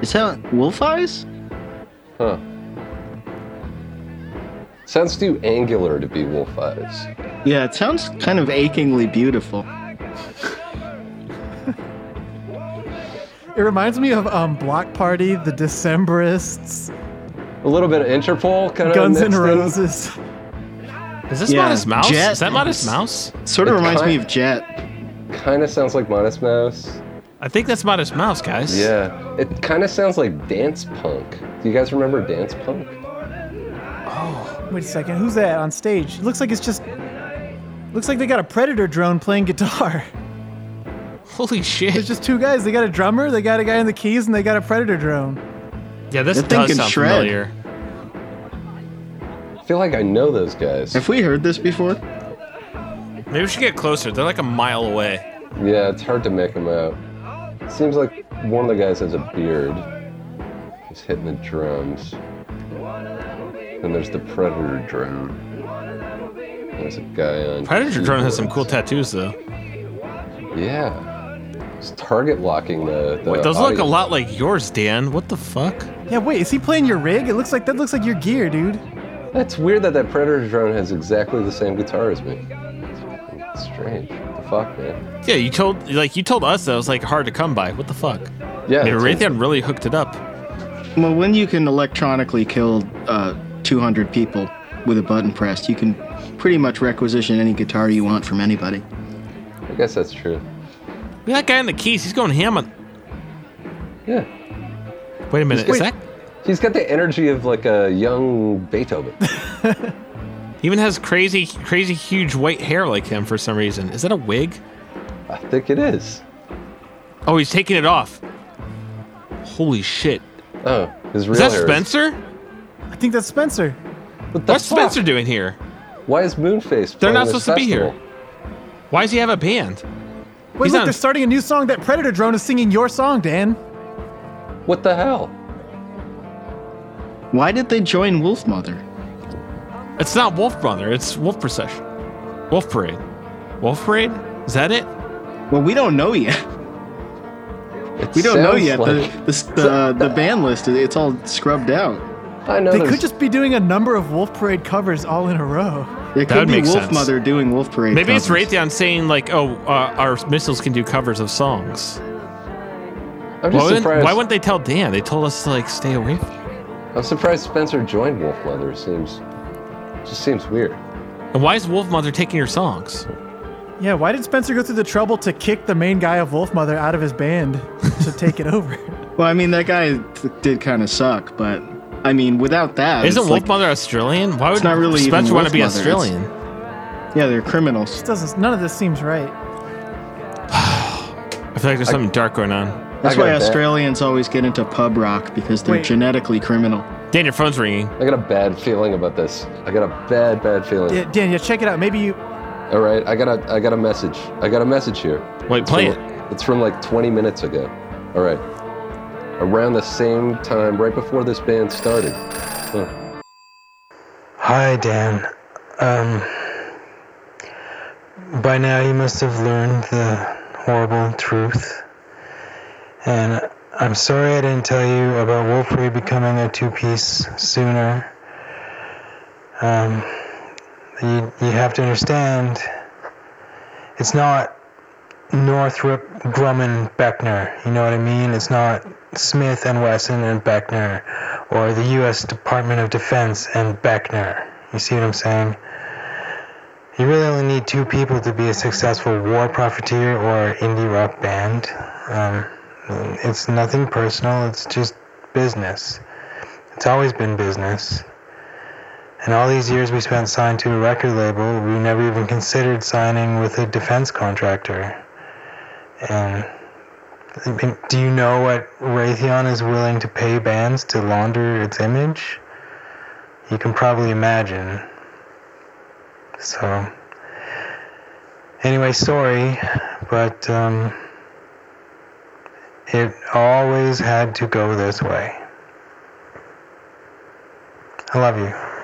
Speaker 4: is that Wolf Eyes?
Speaker 5: Huh. Sounds too angular to be wolf eyes.
Speaker 4: Yeah, it sounds kind of achingly beautiful.
Speaker 2: It reminds me of um, Block Party, The Decemberists,
Speaker 5: A little bit of Interpol kind of
Speaker 2: Guns N'
Speaker 5: mixed in.
Speaker 2: Roses.
Speaker 3: Is this
Speaker 4: Yeah,
Speaker 3: Modest Mouse?
Speaker 4: Jet
Speaker 3: Is that Modest
Speaker 4: Mouse.
Speaker 3: Mouse?
Speaker 4: Sort of
Speaker 5: It
Speaker 4: reminds me
Speaker 5: kind-
Speaker 4: of Jet.
Speaker 5: Kind of sounds like Modest Mouse.
Speaker 3: I think that's Modest Mouse, guys.
Speaker 5: Yeah, it kind of sounds like dance punk. Do you guys remember dance punk?
Speaker 2: Wait a second, who's that on stage? Looks like it's just. Looks like they got a Predator drone playing guitar. [laughs]
Speaker 3: Holy shit.
Speaker 2: There's just two guys. They got a drummer, they got a guy on the keys, and they got a Predator drone.
Speaker 3: Yeah, this
Speaker 4: They're
Speaker 3: does
Speaker 4: thinking
Speaker 3: sound
Speaker 4: shred.
Speaker 3: familiar.
Speaker 5: I feel like I know those guys.
Speaker 4: Have we heard this before?
Speaker 3: Maybe we should get closer. They're like a mile away.
Speaker 5: Yeah, it's hard to make them out. Seems like one of the guys has a beard. He's hitting the drums. Then there's the Predator drone. There's a guy on.
Speaker 3: Predator Drone has some cool
Speaker 5: keyboards.
Speaker 3: tattoos, though.
Speaker 5: Yeah. He's target locking the. the
Speaker 3: Wait, those look a
Speaker 5: audience.
Speaker 3: lot like yours, Dan. What the fuck?
Speaker 2: Yeah, wait, is he playing your rig? It looks like that looks like your gear, dude.
Speaker 5: That's weird that that Predator drone has exactly the same guitar as me. It's strange. What the fuck, man?
Speaker 3: Yeah, you told like you told us that it was like hard to come by. What the fuck?
Speaker 5: Yeah.
Speaker 3: Maybe
Speaker 5: it's-
Speaker 3: Raytheon really hooked it up.
Speaker 4: Well, when you can electronically kill uh, 200 people with a button press, you can pretty much requisition any guitar you want from anybody.
Speaker 5: I guess that's true.
Speaker 3: Look at that guy on the keys. He's going ham on.
Speaker 5: Yeah.
Speaker 3: Wait a minute. Is
Speaker 5: Wait.
Speaker 3: that
Speaker 5: He's got the energy of like a young
Speaker 3: [laughs]
Speaker 5: Beethoven.
Speaker 3: he even has crazy, crazy huge white hair like him for some reason? Is that a wig?
Speaker 5: I think it is.
Speaker 3: Oh, he's taking it off. Holy shit!
Speaker 5: Oh, his real
Speaker 3: Is that
Speaker 5: hair
Speaker 3: Spencer?
Speaker 2: I think that's Spencer.
Speaker 5: What the
Speaker 3: What's
Speaker 5: fuck?
Speaker 3: Spencer doing here?
Speaker 5: Why is Moonface?
Speaker 3: They're
Speaker 5: playing
Speaker 3: not
Speaker 5: this
Speaker 3: supposed to be here.
Speaker 5: festival?
Speaker 3: Why does he have a band?
Speaker 2: Wait,
Speaker 3: He's
Speaker 2: look,
Speaker 3: on-
Speaker 2: they're starting a new song. That Predator drone is singing your song, Dan.
Speaker 5: What the hell?
Speaker 4: Why did they join Wolf Mother?
Speaker 3: It's not Wolf Brother. It's Wolf Procession. Wolf Parade. Wolf Parade? Is that it?
Speaker 4: Well, we don't know yet. [laughs]
Speaker 5: It
Speaker 4: We don't know
Speaker 5: sounds
Speaker 4: yet.
Speaker 5: Like,
Speaker 4: The, the, the, the band list, it's all scrubbed out.
Speaker 5: I know
Speaker 2: They
Speaker 5: there's-
Speaker 2: could just be doing a number of Wolf Parade covers all in a row.
Speaker 4: It
Speaker 3: would
Speaker 4: could be
Speaker 3: make
Speaker 4: Wolf
Speaker 3: sense.
Speaker 4: Mother doing Wolf Parade.
Speaker 3: Maybe it's
Speaker 4: covers.
Speaker 3: Raytheon saying like, "Oh, uh, our missiles can do covers of songs."
Speaker 5: I'm
Speaker 3: Why
Speaker 5: just
Speaker 3: wouldn't,
Speaker 5: surprised.
Speaker 3: why wouldn't they tell Dan? They told us to like stay away. From
Speaker 5: I'm surprised Spencer joined Wolf Leather. Seems just seems weird.
Speaker 3: and why is Wolf Mother taking your songs?
Speaker 4: Uh,
Speaker 2: Yeah, why did Spencer go through the trouble to kick the main guy of Wolf Mother out of his band to take it over? [laughs]
Speaker 4: Well, I mean, that guy th- did kind of suck, but I mean, without that,
Speaker 3: Isn't
Speaker 4: it's
Speaker 3: Wolf
Speaker 4: like-
Speaker 3: Mother Australian? Why would
Speaker 4: not really even
Speaker 3: Spencer want to
Speaker 4: Wolf
Speaker 3: be
Speaker 4: Mother, it's-
Speaker 3: Australian?
Speaker 4: Yeah, they're criminals.
Speaker 2: This doesn't. None of this seems right.
Speaker 3: I feel like there's something dark going on.
Speaker 4: That's
Speaker 5: I got
Speaker 4: why
Speaker 5: a bad-
Speaker 4: Australians always get into pub rock because they're
Speaker 2: Wait.
Speaker 4: genetically criminal.
Speaker 3: Dan, your phone's ringing.
Speaker 5: I got a bad feeling about this. I got a bad, bad feeling.
Speaker 2: Yeah, Dan, yeah, check it out. Maybe you.
Speaker 5: All right, I got a, I got a message. I got a message here.
Speaker 3: Wait,
Speaker 5: It's
Speaker 3: play
Speaker 5: from- It's from like 20 minutes ago. All right. Around the same time, right before this band started. Huh.
Speaker 1: Hi, Dan. Um, by now you must have learned the horrible truth. And I'm sorry I didn't tell you about Wolfrey becoming a two piece sooner. Um, you, you have to understand, it's not Northrop Grumman Beckner. You know what I mean? It's not Smith and Wesson and Beckner or the U.S. Department of Defense and Beckner. You see what I'm saying? You really only need two people to be a successful war profiteer or indie rock band. Um, it's nothing personal, it's just business. It's always been business. And all these years we spent signed to a record label, we never even considered signing with a defense contractor. And I mean, [laughs] do you know what Raytheon is willing to pay bands to launder its image? You can probably imagine. So, anyway, sorry, but um, it always had to go this way. I love you.